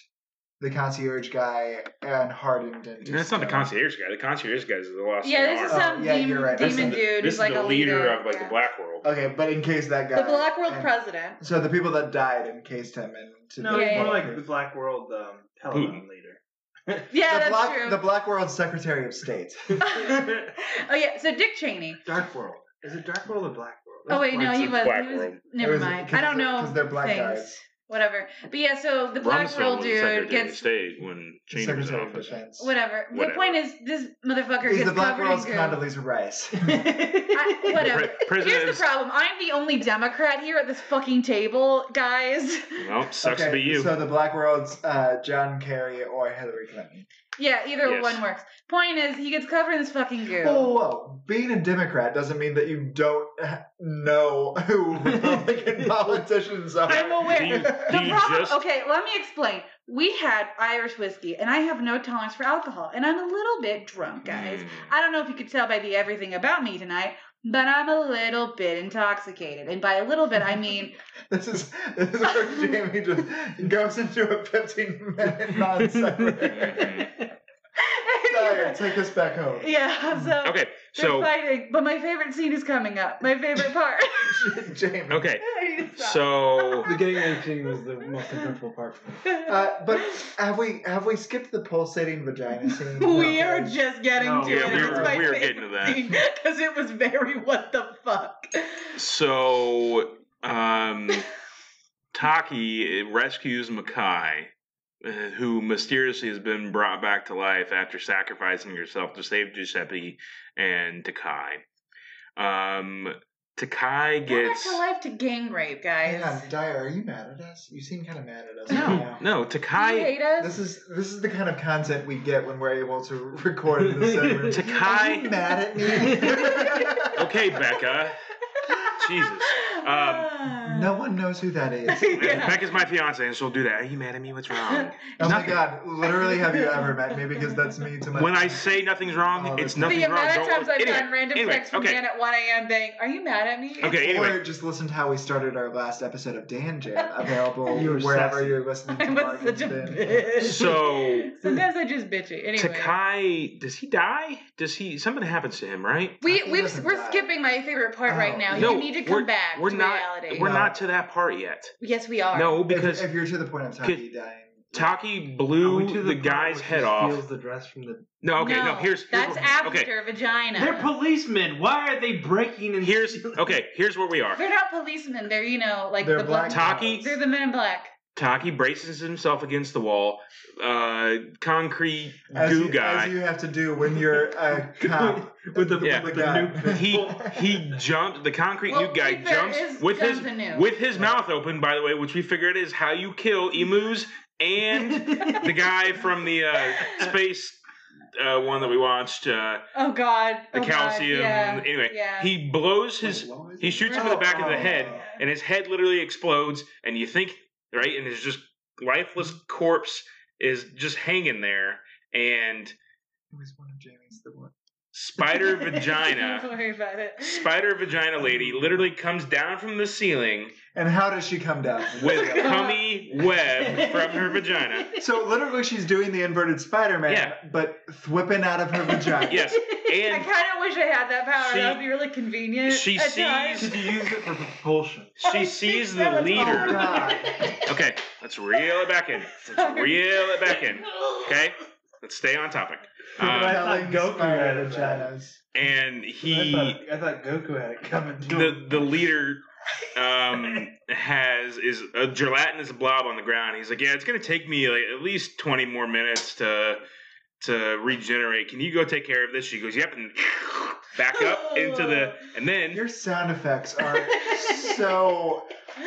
the concierge guy and hardened into. That's not the stone. concierge guy. The concierge guy is the last. Yeah, this is Oh, some yeah, demon, you're right. This is demon the- dude This who's is like the a leader, of like yeah. the Black World. Okay, but encased that guy. The Black World and- president. So the people that died encased him and. To No, Yeah, it's yeah, more yeah. like the Black World um, Peloton leader. Yeah, the that's black, true. The Black World Secretary of State. oh yeah, so Dick Cheney. Dark World. Is it Dark World or Black World? Oh wait, That's no, he why was. Black He was. world. Never It was- mind. 'cause I don't they're- know. 'cause they're black things. guys. Whatever. But yeah, so the black Rumsfeld girl was dude Secretary of gets State when Cheney was in Secretary of office. Defense. whatever. Whatever. The point is, this motherfucker He's gets the black covered girl's in goo. Condoleezza Rice. I- whatever. Pre- president Here's is- the problem. I'm the only Democrat here at this fucking table, guys. Well, sucks to be you. So the black world's uh, John Kerry or Hillary Clinton. Yeah, either Yes. one works. Point is, he gets covered in this fucking goo. Whoa, whoa, whoa. Oh, Being a Democrat doesn't mean that you don't know who Republican politicians are. I'm aware. Do you- Oh, The do you problem, Oh. just- okay, let me explain. We had Irish whiskey, and I have no tolerance for alcohol, and I'm a little bit drunk, guys. Mm. I don't know if you could tell by the everything about me tonight, but I'm a little bit intoxicated. And by a little bit, I mean, This is this is where Jamie just goes into a 15 minute non Mm, sequitur. Sorry, take us back home. yeah, so Okay, they're so fighting, but my favorite scene is coming up. My favorite part. Jamie. okay, I need to stop. so The getting that scene was the most uncomfortable part for me. Uh, but have we have we skipped the pulsating vagina scene? we No. are just getting No, to yeah, we it. and it's were- my we were favorite getting to that. because it was very what the fuck. so um, Taki rescues Makai, uh, who mysteriously has been brought back to life after sacrificing herself to save Giuseppe and Takai. Um, Takai Back gets to life to gang rape, Hang guys. on, Dyer, are you mad at us? You seem kind of mad at us. No. right now. no you Takai. hate us? This is this is the kind of content we get when we're able to record in the same room. Are you Takai. mad at me? Okay, Becca. Jesus. Um, no one knows who that is. Yeah. Becca's my fiance, and she'll do that. Are you mad at me? What's wrong? Oh Nothing. my god! Literally, have you ever met me? Because that's me to my. When I say nothing's wrong, Oh, it's that's- nothing the wrong. amount of Don't- times I've anyway, gotten random anyway, texts from okay, Dan at 1 a.m. being, Are you mad at me? okay. Anyway, Or just listen to how we started our last episode of Dan Jam, available You were wherever sassy. you're listening to I was Bargain such a Bin. bitch. So- sometimes I just bitchy. Anyway. Takai, does he die? Does he? Something happens to him, right? we, He we've, doesn't we're die. skipping my favorite part Oh. right now. No, you Uh, need to we're- come back we're to not- reality. We're No. not to that part yet. yes, we are. No, If- because if, you're to the point of Taki dying, Taki Are blew we the, to part guy's where head she off. Steals the dress from the. no, okay, no. here's, here's that's what- after Okay, vagina. They're policemen. Why are they breaking and here's stealing? okay. Here's where we are. They're not policemen. They're you know like they're the black. black. Taki- They're the men in black. Taki braces himself against the wall. Uh, concrete as goo you, guy. as you have to do when you're a cop with the, Yeah. with the guy. nuke he he jumped the concrete Well, nude guy to be fair, jumps is- with jumps his a nude. with his mouth open by the way which we figured is how you kill emus and the guy from the uh, space uh, one that we watched uh, Oh God. the Oh, God. calcium Yeah. anyway Yeah. he blows his Wait, what was he it? shoots him in the back of the Oh. head and his head literally explodes and you think right and his just lifeless corpse is just hanging there and It was one of Jamie's the one. spider vagina Don't worry about it. Spider Vagina Lady literally comes down from the ceiling And how does she come down? Oh, with cummy web from her vagina. so literally, she's doing the inverted Spider-Man, Yeah. but whipping out of her vagina. Yes, I and kind of wish I had that power. She- that would be really convenient. she at sees- times. She used it for propulsion. she sees That the was Oh, leader. God. Okay, let's reel it back in. Let's reel it back in. Okay, let's stay on topic. Um, I thought Goku had it. Vaginas. and I, he, thought, I thought Goku had it coming to the him. the leader, um, has is a gelatinous blob on the ground. He's like, yeah, it's gonna take me like at least twenty more minutes to. To regenerate, can you go take care of this? She goes, "Yep," and back up into the, and then Your sound effects are so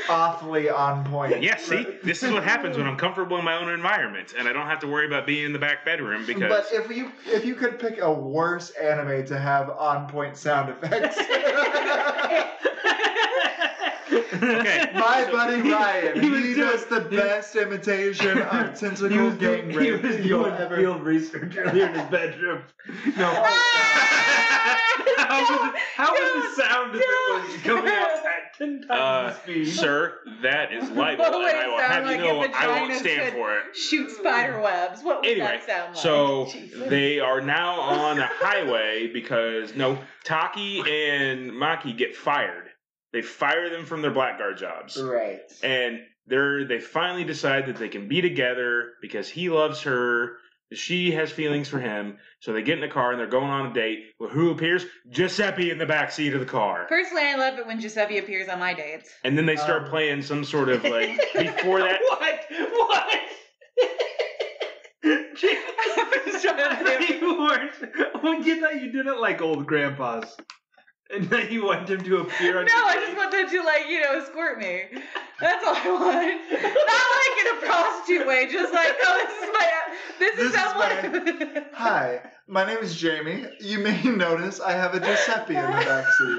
awfully on point. Yeah, see, this is what happens when I'm comfortable in my own environment and I don't have to worry about being in the back bedroom because But if you if you could pick a worse anime to have on point sound effects, okay, my buddy Ryan, He he, was doing- does the he- best imitation of he tentacle was doing, gang he was rape you'll doing ever. field research earlier in his bedroom. No. how was, it, how was the sound of it was coming out at ten times the Uh, speed? sir, that is libel What would and I Oh, it will sound have like you know if I won't vaginas stand could- for it. Shoot spider webs. What would Anyway, that sound like? So Jesus. they are now on a highway because no Taki and Maki get fired. They fire them from their blackguard jobs. Right. and they're they finally decide that they can be together because he loves her She has feelings for him, so they get in the car and they're going on a date. Well, who appears? Giuseppe in the back seat of the car. Personally, I love it when Giuseppe appears on my dates. And then they start Um. playing some sort of like before that. What? What? you weren't. Well, you thought you didn't like old grandpas, and then you want him to appear No, on. your I plate. just want them to like, you know, escort me. That's all I want. Not like in a prostitute way, just like, oh, this is my, this, This is is someone. Hi, my name is Jamie. You may notice I have a Giuseppe in the backseat.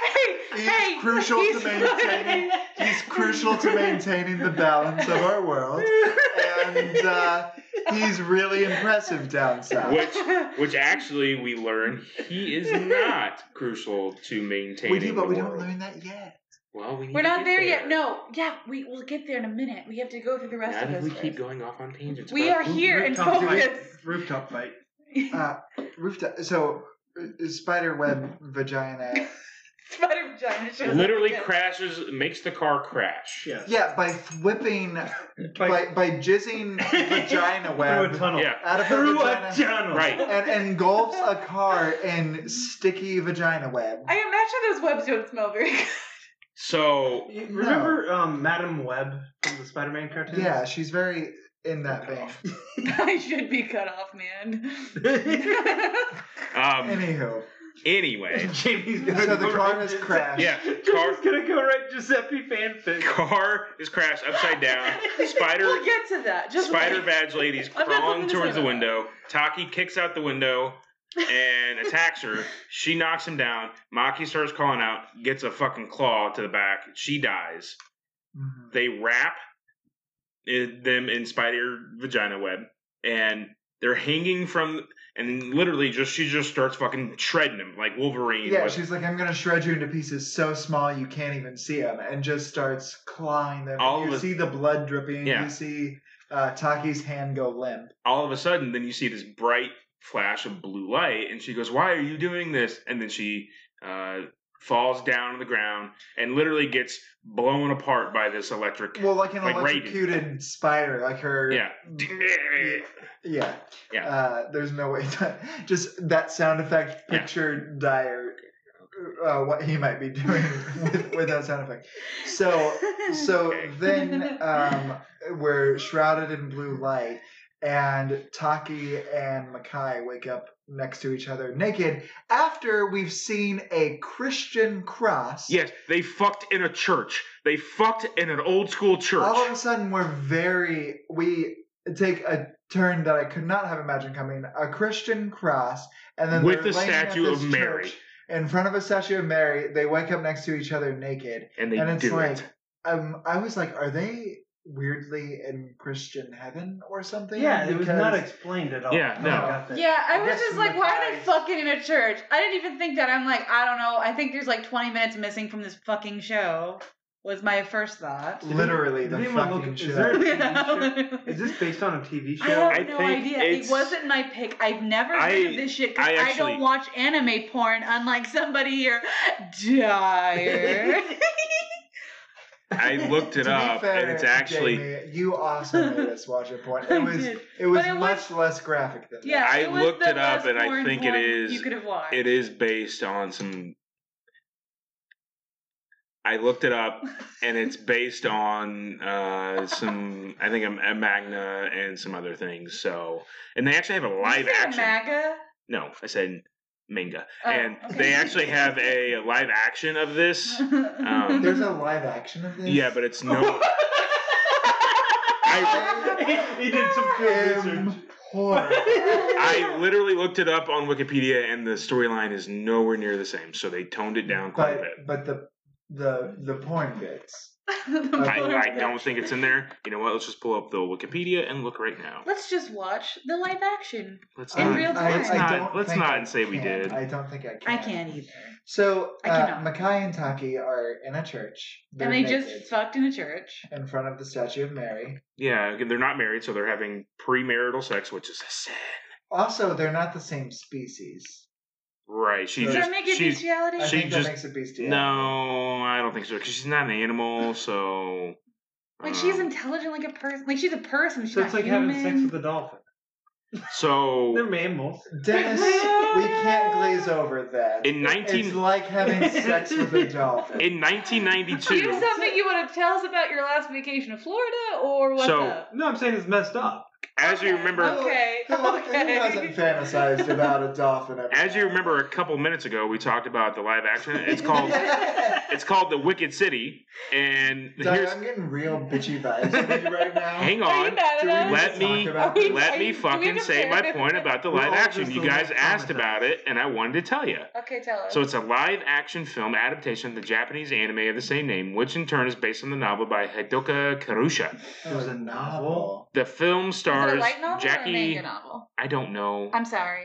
hey, He's hey, crucial he's- to maintaining. He's crucial to maintaining the balance of our world, and uh, he's really impressive down south. Which, which actually we learn he is not crucial to maintaining. we do, but the we world. don't learn that yet. Well, we need We're to not get there yet. No, yeah, we will get there in a minute. We have to go through the rest Now of that this. we keep first. going off on tangents. We about are who- here and Rooftop fight. focus. Rooftop fight. Uh, rooftop. So, uh, spider web vagina. Spider vagina shows up Literally again. crashes, makes the car crash. Yes. Yeah, by whipping, by Fight by jizzing vagina through a web tunnel. Yeah. out of her Through a vagina tunnel. Right. and engulfs a car in sticky vagina web. I imagine those webs don't smell very good. So You Remember um, Madam Web from the Spider-Man cartoon? Yeah, she's very in that vein. I should be cut off, man. um Anywho, anyway. Jamie's gonna so the go car right has Giuseppe- crashed. Yeah. Car Jamie's gonna go right Giuseppe fanfic. car is crashed upside down. Spider We'll get to that. Just Spider wait. badge lady's I'm not crawling looking to towards say the that. window. Taki kicks out the window and attacks her. She knocks him down. Maki starts calling out, gets a fucking claw to the back. She dies. Mhm. They wrap i- them in spider vagina web and they're hanging from and literally just she just starts fucking shredding him like Wolverine. Yeah, with- she's like, I'm gonna shred you into pieces so small you can't even see them, and just starts clawing them. All you of- see the blood dripping. Yeah. You see uh, Taki's hand go limp. all of a sudden then you see this bright flash of blue light and she goes why are you doing this and then she uh, falls down on the ground and literally gets blown apart by this electric Well, like an Like Raiden. electrocuted spider, like her. yeah Yeah. Yeah. Uh, there's no way. To, just that sound effect. Yeah. Picture Dyer, uh, what he might be doing with, with that sound effect. So so then um, we're shrouded in blue light and taki and makai wake up next to each other naked after we've seen a christian cross yes they fucked in a church they fucked in an old school church all of a sudden we're very we take a turn that i could not have imagined coming a christian cross and then With they're the laying at statue this of Mary. church. in front of a statue of mary they wake up next to each other naked and they and it's do like it um i was like are they weirdly in christian heaven or something Yeah, it was not Because- explained at all. Yeah, Oh, no. I got that. Yeah, I was Yes, just we like, were why are they guys. fucking in a church? I didn't even think that. I'm like, I don't know. I think there's like 20 minutes missing from this fucking show. Was my first thought. literally Did the anyone fucking look- is show. there a- I Is this based on a TV show? have I no think idea. it's- It wasn't my pick. I've never I- heard of this shit because I I, actually- don't watch anime porn, unlike somebody here. Dyer. i looked it To be up fair, and it's actually Jamie, you also made us watch it porn. I It was did. it was But it was- much less graphic than yeah, I it was looked the it up, best and I porn think it porn is- You could have watched. It is based on some. I looked it up, and it's based on uh, some. I think a, a Magna and some other things. So, and they actually have a Did you live say action. MAGA? no, I said manga, Oh, and okay. they actually have a live action of this. that. Um, There's a live action of this. Yeah, but it's no. I he, he did some cool research. Um, horror. I literally looked it up on Wikipedia, and the storyline is nowhere near the same. So they toned it down quite a but bit. but the the the porn bits. The I, porn I don't production. think it's in there. You know what? Let's just pull up the Wikipedia and look right now. Let's just watch the live action. Let's In not, real time. Let's I not, Um, don't let's think not I say we can. did. I don't think I can. I can't either. So I uh, cannot. Makai and Taki are in a church. They're and they naked just fucked in a church. in front of the statue of Mary. yeah, again, they're not married, so they're having premarital sex, which is a sin. Also, they're not the same species. Right? She Does Does just that make it she's bestiality? I She think just- that makes it bestiality. no, I don't think so because she's not an animal. So Like she's Um, intelligent, like a person. Like she's a person. She's So it's not like having sex human. with a dolphin. They're so mammals. Dennis, we can't glaze over that. In 19 it's like having sex with a dolphin. in 1992. Do you have something you want to tell us about your last vacation to Florida, or what's So- up? No, I'm saying it's messed up. As you remember, Okay. Who, who hasn't fantasized about a dolphin? every as you now and remember, a couple minutes ago, we talked about the live action. It's called then? it's called the Wicked City, and Doug, here's I'm getting real bitchy vibes from you right now. hang Are you on. mad Do we at us? need Let to me- talk about Are you- this? Let me do we have fucking to say bear my this? point about the We're live all action. just You a guys little asked about traumatized. it, and I wanted to tell you. Okay, tell us. So it's a live action film adaptation of the Japanese anime of the same name, which in turn is based on the novel by Hidoka Karusha. It was a novel. The film Is it a stars light novel or a Jackie. manga novel? I don't know. I'm sorry.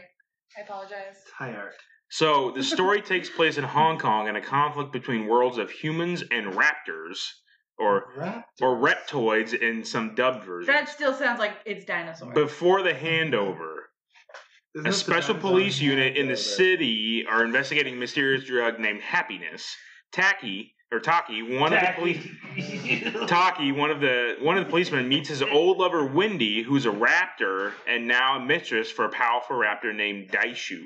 I apologize. It's high art. So the story takes place in Hong Kong in a conflict between worlds of humans and raptors, or Right. or reptoids in some dubbed version. That still sounds like it's dinosaurs. Before the handover, Isn't a this the special dinosaur? police unit in the handover? city are investigating a mysterious drug named happiness. Taki or Taki, one of the police. Taki, one of the one of the policemen, meets his old lover Wendy, who's a raptor and now a mistress for a powerful raptor named Daishu.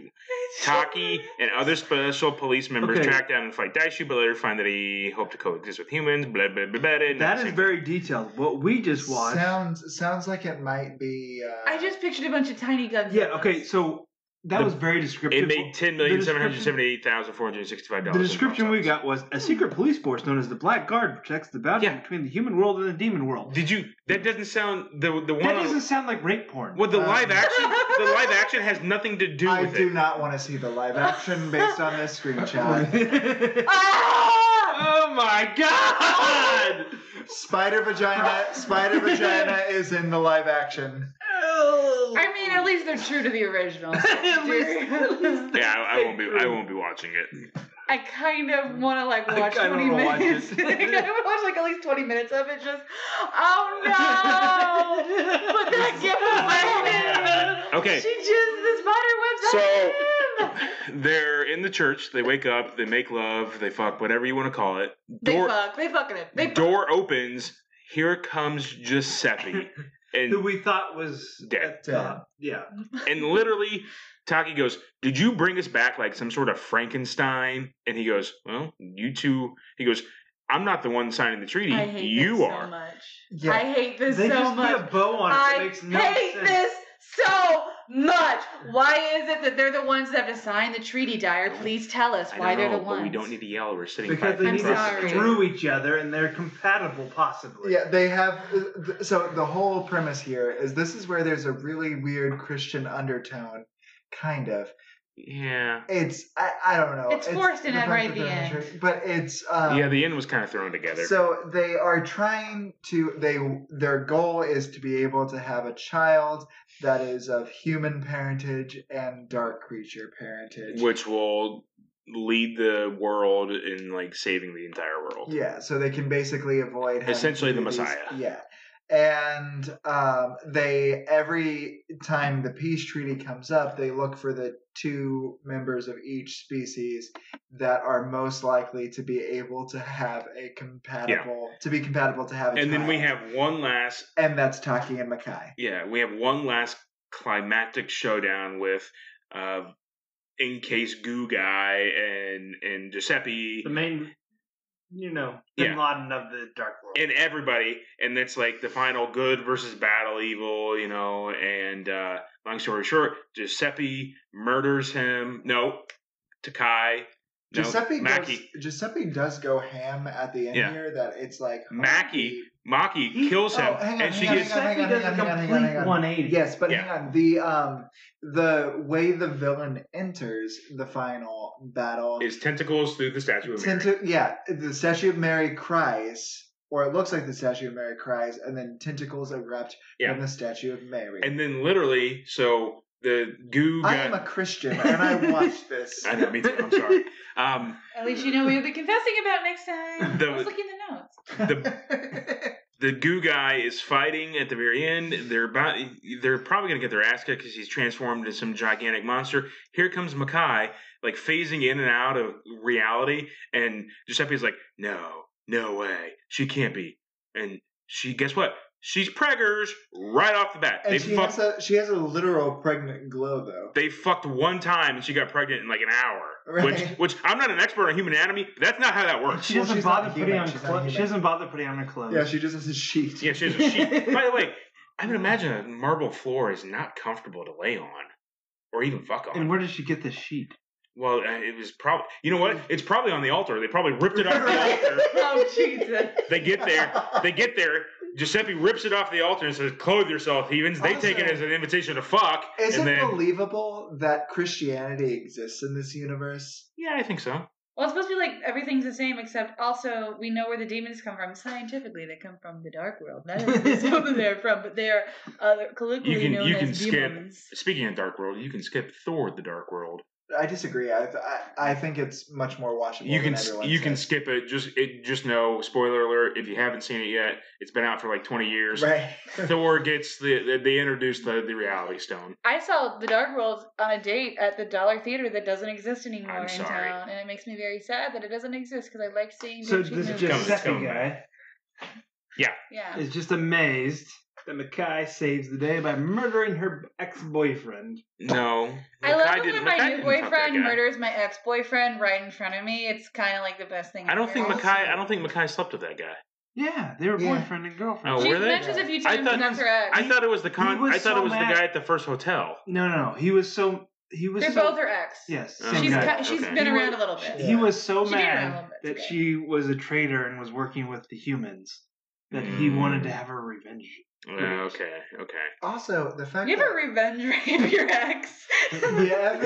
Taki and other special police members Okay. track down and fight Daishu, but later find that he hoped to coexist with humans. Blah blah blah. blah, blah That is very detailed. What we just watched. Sounds sounds like it might be. Uh, I just pictured a bunch of tiny guns. Yeah. Okay. So that The- was very descriptive. It made ten million seven hundred seventy-eight thousand four hundred sixty-five The dollars. description we got was a secret police force known as the Black Guard protects the boundary Yeah. between the human world and the demon world. Did you? That doesn't sound the the that one. doesn't on, sound like rape porn. well, the Um, live action. the live action has nothing to do I with do it. not want to see the live action based on this screenshot. Ah! Oh my god! Spider vagina, spider vagina is in the live action. I mean, at least they're true to the original. At least- at least Yeah, I, I won't be. I won't be watching it. I kind of want to like I watch kinda 20 wanna watch minutes. it. I kind of want to watch like at least 20 minutes of it. Just oh no! but that gift was like Okay. She just this modern website. So- They're in the church. They wake up. They make love. They fuck. Whatever you want to call it. they Door fuck. They fucking it. They fuck. door opens. Here comes Giuseppe, Who and we thought was Dead. uh, yeah. and literally Taki goes, "Did you bring us back like some sort of Frankenstein?" And he goes, "Well, you two. He goes, "I'm not the one signing the treaty. I hate You this are." so much. Yeah. I hate this they so just much. put a bow on it. I it makes no hate sense. this so much. Why is it that they're the ones that have to sign the treaty, Dyer? Please tell us I why don't they're know, the ones. but we don't need to yell. We're sitting Because five they I'm need feet apart. to sorry. screw each other and they're compatible, possibly. Yeah, they have. So the whole premise here is this is where there's a really weird Christian undertone, kind of. Yeah. It's I, I don't know. It's forced in at right at the end. but it's um, Yeah, the end was kind of thrown together. So they are trying to they their goal is to be able to have a child that is of human parentage and dark creature parentage. which will lead the world in like saving the entire world. Yeah, so they can basically avoid having Essentially the communities- Messiah. Yeah. And um, they every time the peace treaty comes up, they look for the two members of each species that are most likely to be able to have a compatible to be compatible to have. A And then we child. have one last and that's Taki and Makai. yeah, we have one last climactic showdown with uh in case goo guy and and Giuseppe The main, you know, Yeah. Bin Laden of the Dark World. and everybody and that's like the final good versus battle evil, you know, and uh long story short, Giuseppe murders him. No, Takai. No, Giuseppe Maki. goes, Giuseppe does go ham at the end Yeah. here. That it's like Mackie Maki He- kills oh, him hang on, and she hang on, gets hang Giuseppe on, hang does on, a hang on, hang on, hang complete on. 180. Yes, but Yeah. hang on. The um the way the villain enters the final battle his tentacles through the statue of Mary. Tenta- yeah, the statue of Mary cries, or it looks like the statue of Mary cries, and then tentacles erupt Yeah. from the statue of Mary. And then literally, so the goo I am a got. Christian and I watched this. I know, me too. I'm sorry. Um, At least you know what you'll be confessing about next time. The- I was looking at the notes. the goo guy is fighting at the very end. They're about. They're probably gonna get their ass kicked because he's transformed into some gigantic monster. Here comes Makai, like phasing in and out of reality, and Giuseppe's like, "No, no way, she can't be." And She guess what? She's preggers right off the bat. And they she fucked. has a she has a literal pregnant glow though. they fucked one time and she got pregnant in like an hour. Right. Which, which I'm not an expert on human anatomy. But that's not how that works. She Well, doesn't she's not bother a putting human, on she's not a clothes. She human. doesn't bother putting on her clothes. Yeah, she just has a sheet. Um, Yeah, she has a sheet. By the way, I would imagine a marble floor is not comfortable to lay on, or even fuck on. and where did she get this sheet? well, uh, it was probably. You know what? It's probably on the altar. They probably ripped it off the altar. Oh Jesus! They get there. They get there. Giuseppe rips it off the altar and says, "Clothe yourself, heathens." They take it Also- as an invitation to fuck, Is it and then believable that Christianity exists in this universe? yeah, I think so. Well, it's supposed to be like everything's the same, except also we know where the demons come from. Scientifically, they come from the dark world. That is the where they're from, but they are uh, colloquially You can- known you as can skip- demons. Speaking of dark world, you can skip Thor: The Dark World. I disagree. I I, I think it's much more watchable. You can than everyone you says. can skip it. Just it just know. Spoiler alert: if you haven't seen it yet, it's been out for like 20 years. right. Thor gets the the- they introduce the the Reality Stone. I saw the Dark World on a date at the Dollar Theater that doesn't exist anymore I'm in sorry. town, and it makes me very sad that it doesn't exist because I like seeing. So this Gucci movies. coming, it's Giuseppe coming. guy yeah. is just amazed that Mackay saves the day by murdering her ex-boyfriend. No, I love Mackay it didn't- when my Mackay new didn't fuck that boyfriend guy. murders my ex-boyfriend right in front of me. It's kind of like the best thing. I don't think ever. Mackay. I don't think Mackay slept with that guy. Yeah, they were Yeah. boyfriend and girlfriend. Oh, She were they? mentions a few I times thought- that's her ex. I thought it was the con. He was I thought so it was mad. the guy at the first hotel. No, no, no. He was so he was They're so both her ex. yes. Um, Oh. Same She's guy. cut- ki- she's Okay. been He around was- a little bit. He was so She did have mad him, that it's okay. she was a traitor and was working with the humans that he wanted to Mm. have her revenge. Yeah, okay, okay. Also, the fact You that ever revenge rape your ex? you ever-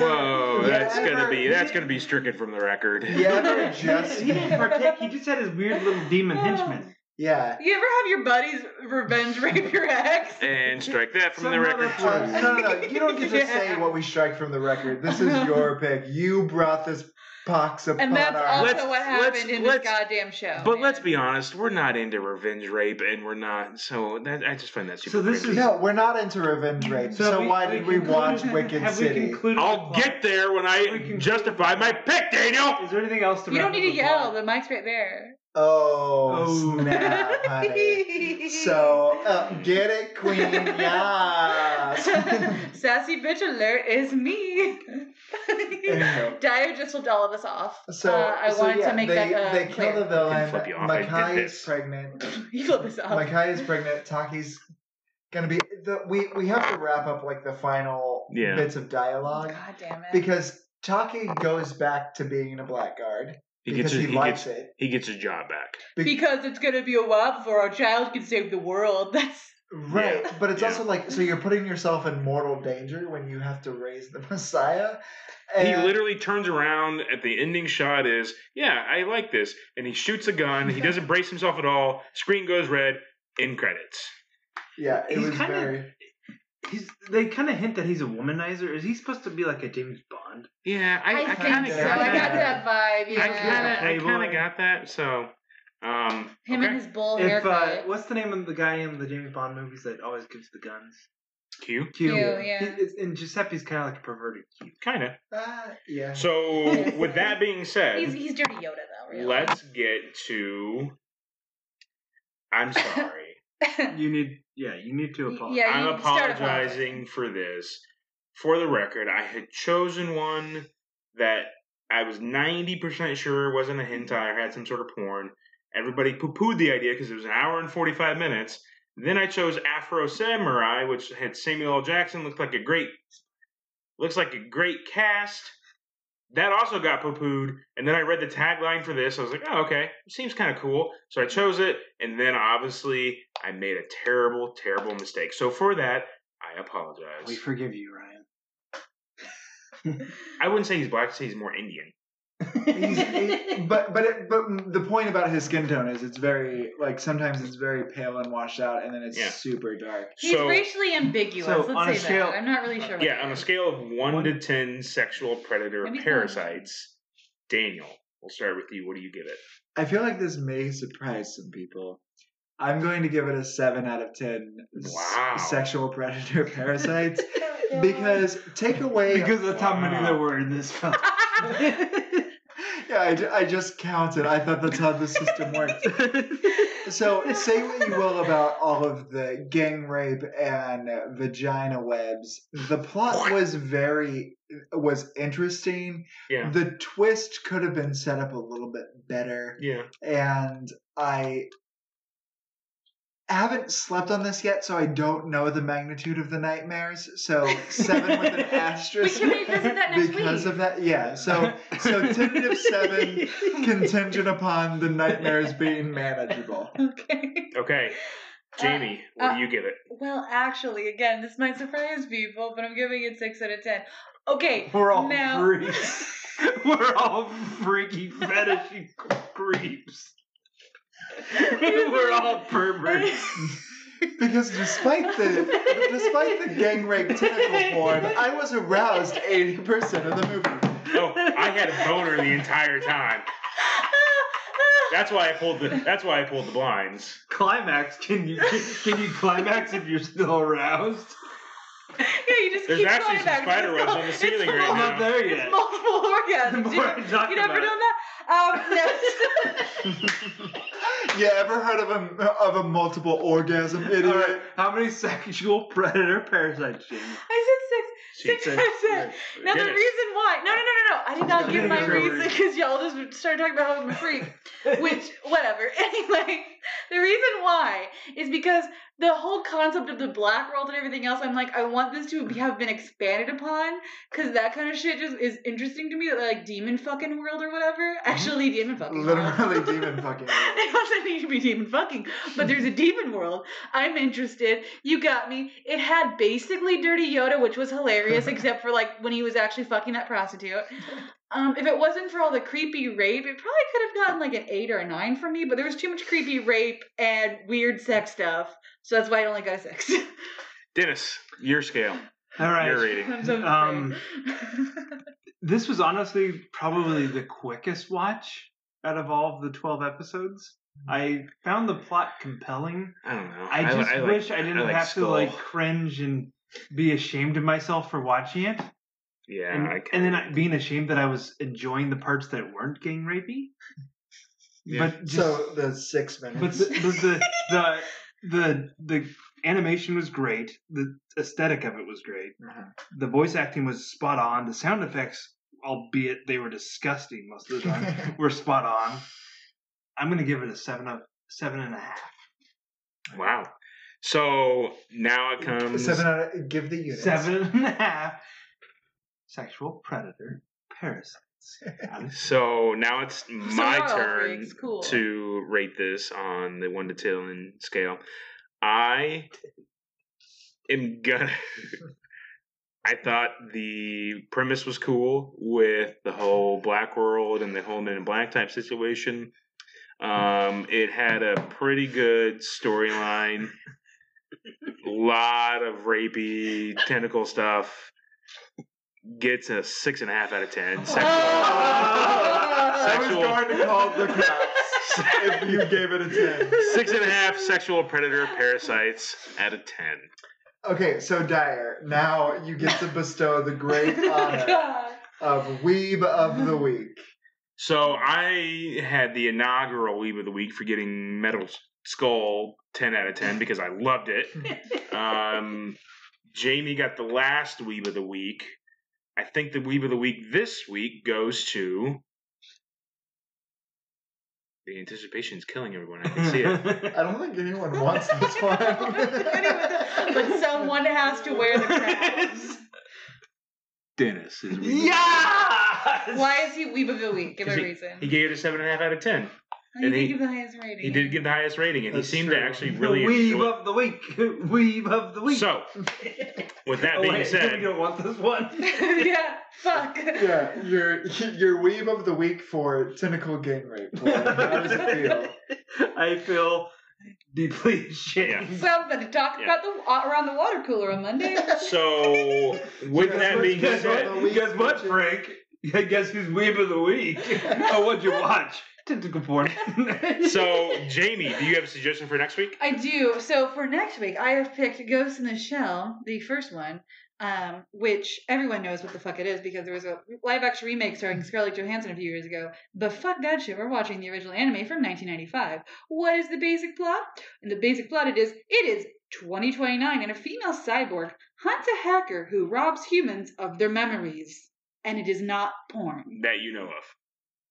Whoa, you that's ever- gonna be that's gonna be stricken from the record. You ever He didn't- just he didn't partake. He just had his weird little demon henchman. yeah. You ever have your buddies revenge rape your ex? And strike that from the Somehow record. that's Uh, Sorry. no, no, no. You don't get to Yeah. say what we strike from the record. This is your pick. You brought this pox upon And that's our also Let's- what happened let's- in let's- this goddamn show. But man. let's be honest, we're not into revenge rape, and we're not. So that, I just find that super. So this cringy. is- No, we're not into revenge rape. So, we- why did we concluded- watch Wicked have we City? concluded the I'll plot? get there when We I can- justify my pick, Daniel. Is there anything else to? You wrap up don't need to the yell. plot? The mic's right there. Oh, Oh. snap, honey. So uh, get it, Queen. Yes. Sassy bitch alert is me. Anyhow. Dyer just flipped all of us off. So uh, I so wanted yeah, to make they, that uh, they clear. kill I the villain. can flip you off. I did Makai is this. pregnant. you flipped us off. Makai is pregnant. Taki's gonna be. The, we we have to wrap up like the final Yeah. bits of dialogue God damn it. because Taki goes back to being a blackguard He gets, because his, he, he, likes gets, it. he gets his job back. Be- because it's gonna be a while before our child can save the world. That's Right, but it's yeah. also like so you're putting yourself in mortal danger when you have to raise the Messiah. he and- literally turns around at the ending shot is, yeah, I like this. And he shoots a gun. He doesn't brace himself at all. Screen goes red. End credits. yeah, it he's was kinda- very. He's, they kind of hint that he's a womanizer. Is he supposed to be like a James Bond? Yeah, I, I, I, kind think of so. kinda got I got that that. vibe. I Yeah. kind of I kind Playboy. of got that. So, um, Him okay. and his bull If uh, Oh, haircut. what's the name of the guy in the James Bond movies that always gives the guns? Q, Q. Q, yeah. He- it's- and Giuseppe's kind of like a perverted Q. kind of. Uh, yeah. So, with that being said, he's he's dirty Yoda though. Really. let's get to. I'm sorry. You need, yeah, you need to Y- apologize. yeah, I'm you start apologizing for this. For the record, I had chosen one that I was 90% sure wasn't a hentai or had some sort of porn. Everybody poo pooed the idea because it was an hour and 45 minutes. Then I chose Afro Samurai, which had Samuel L. Jackson, looked like a great looks like a great cast. That also got poo pooed. And then I read the tagline for this. I was like, oh, okay. Seems kind of cool. So I chose it. And then obviously I made a terrible, terrible mistake. So for that, I We apologize. forgive you, Ryan. I wouldn't say he's black, I'd say he's more Indian. He's, he- but but it, but the point about his skin tone is it's very like sometimes it's very pale and washed out, and then it's Yeah. super dark. He's so, Uh, racially ambiguous. So, on a let's say scale- that. I'm not really sure. what yeah, that on a is. scale of 1 One- to 10 sexual predator Maybe it's not. parasites, Daniel, we'll start with you. What do you give it? I feel like this may surprise some people. I'm going to give it a seven out of ten. s- Wow. sexual predator parasites because take away Because that's how many Wow. there were in this film. yeah, I, ju- I just counted. I thought that's how the system worked. So say what you will about all of the gang rape and vagina webs. The plot was very was interesting. Yeah. The twist could have been set up a little bit better. yeah. and I haven't slept on this yet, so I don't know the magnitude of the nightmares. So seven with an We asterisk can revisit that next because week. of that. Yeah. So so tentative seven contingent upon the nightmares being manageable. okay. Okay. Jamie, what uh, do you give it? Well, actually, again, this might surprise people, but I'm giving it six out of ten. Okay. We're all now, freaks. We're all freaky fetishy creeps. We're all perverts. Because despite the despite the gang rape tentacle porn, I was aroused eighty percent of the movie. Oh, I had a boner the entire time. That's why I pulled the. That's why I pulled the blinds. Climax? Can you can you climax if you're still aroused? yeah, you just There's keep actually going some back. spider It's webs all- on the it's ceiling all- right I'm not there It's yet. multiple orgasms. More I'm dude. talking You never about. done that? Um, no. You ever heard of a of a multiple orgasm idiot? All right. How many sexual predator parasites, Jamie? I said six. Six said- out of ten. Now the Goodness. reason why? No, no, no, no, no. I did not give my You're a freak. reason because y'all just started talking about how I'm a freak. Which, whatever. Anyway, the reason why is because the whole concept of the black world and everything else, I'm like, I want this to be- have been expanded upon because that kind of shit just is interesting to me. That like demon fucking world or whatever. Actually, demon fucking. world. Literally demon fucking. It doesn't need to be demon fucking, but there's a demon world. I'm interested. You got me. It had basically Dirty Yoda, which was hilarious, except for like when he was actually fucking that prostitute. Um, if it wasn't for all the creepy rape, it probably could have gotten like an eight or a nine from me. But there was too much creepy rape and weird sex stuff, so that's why I only got a six. Dennis, your scale, All right. your rating. I'm so afraid. Um, This was honestly probably the quickest watch out of all of the twelve episodes. I found the plot compelling. I don't know. I li- just like- wish I didn't like have to Skull. like cringe and be ashamed of myself for watching it, Yeah, and, I and kinda- then I, being ashamed that I was enjoying the parts that weren't gang rapey. Yeah. But just, So the six but minutes. the, the, the the the the animation was great. The aesthetic of it was great. The voice acting was spot on. The sound effects, albeit they were disgusting most of the time, were spot on. I'm gonna give it a seven of seven and a half. wow. So now it comes. Seven out of give the units. seven and a half sexual predator parasites. Out of- So now it's So my we're all turn freaks. Cool. to rate this on the one to ten scale. I am gonna. I thought the premise was cool with the whole black world and the whole men in black type situation. Um, it had a pretty good storyline. lot of rapey tentacle stuff. Gets a six and a half out of ten. Oh, Sexual. I was Sexual. going to call the cops if you gave it a ten. Six and a half sexual predator parasites out of ten. Okay, so Dyer, now you get to bestow the great honor Oh God. of Weeb of the Week. So I had the inaugural Weeb of the Week for getting Metal Skull ten out of ten because I loved it. Um, Jamie got the last Weeb of the Week. I think the Weeb of the Week this week goes to. The anticipation's killing everyone. I can see it. I don't think anyone wants this one. but someone has to wear the crown. Dennis is Weeb. Yes! Why is he Weeb of the Week? Give a Is reason. He gave it a seven and a half out of ten. Oh, you and did he- give the highest rating. He did give the highest rating, and That's he seemed true. to actually The really weave enjoy. of the week. Weave of the week. So, with that oh, being wait, said, we don't want this one. yeah. Fuck. Yeah, your your Weeb of the Week for tentacle gang rape. Lauren. How does it feel? I feel deeply ashamed. Somebody talked Yeah. about the uh, around the water cooler on Monday. So, with Guess that what- being guess what said, the week- Guess what, Frank? Guess who's weeb of the week? oh, what'd you watch? Tentacle porn. so Jamie, do you have a suggestion for next week? I do. So for next week, I have picked Ghost in the Shell, the first one. um, which everyone knows what the fuck it is because there was a live action remake starring Scarlett Johansson a few years ago. But fuck that shit, we're watching the original anime from 1995. What is the basic plot? And the basic plot it is it is 2029 and a female cyborg hunts a hacker who robs humans of their memories. And it is not porn. that you know of.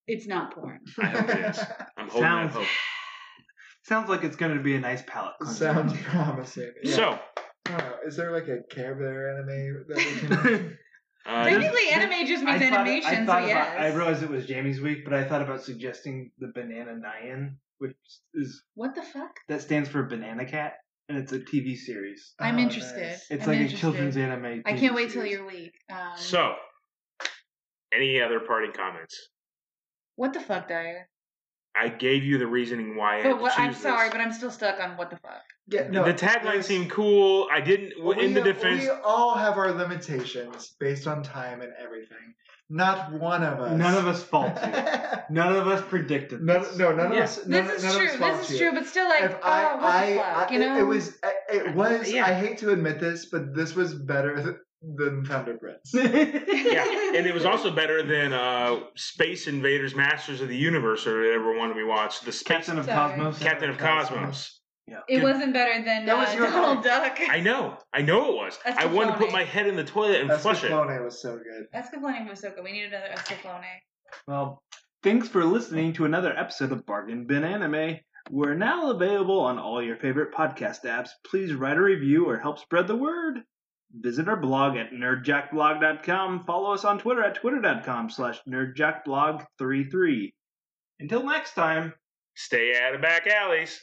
It's not porn. Oh, I hope it is. I'm holding Sounds- out hope. Sounds like it's going to be a nice palette. cleanser. Sounds promising. Yeah. So, Oh, is there like a Care Bear anime that we can? uh, just- Technically, anime just means I thought- I animation, so thought about- yes. I realized it was Jamie's week, but I thought about suggesting the Banana Nyan, which is what the fuck? that stands for Banana Cat, and it's a TV series. I'm Oh, interested. nice. It's I'm like interested. a children's anime. I TV can't wait till series. your week. Um, so, any other parting comments? what the fuck, Dyer? I gave you the reasoning why I had But to what, I'm choose sorry, this. but I'm still stuck on what the fuck. Yeah, no, the tagline there's- seemed cool. I didn't. w in the We- defense, we all have our limitations based on time and everything. Not one of us. None of us fault you. None of us predicted none, this. no, none Yeah. of us. None, this is none true. Of us fault This you. is true, but still, like, if oh, I, what I, the fuck, I- you know? it was, it was. Yeah. I hate to admit this, but this was better th- than Thunder Prince. yeah, and it was also better than uh, Space Invaders, Masters of the Universe, or whatever one we watched. The Space Captain of Sorry. Cosmos. Captain of Cosmos. Yeah. It wasn't better than That was uh, your Donald fault. Duck. I know. I know it was. That's I wanted to put Capone. my head in the toilet and flush it. Escaflowne was so good. That's complaining from Ahsoka. We need another Escaflowne. Well, thanks for listening to another episode of Bargain Bin Anime. We're now available on all your favorite podcast apps. Please write a review or help spread the word. Visit our blog at nerdjackblog.com. Follow us on Twitter at twitter.com slash nerdjackblog33. Until next time. Stay out of back alleys.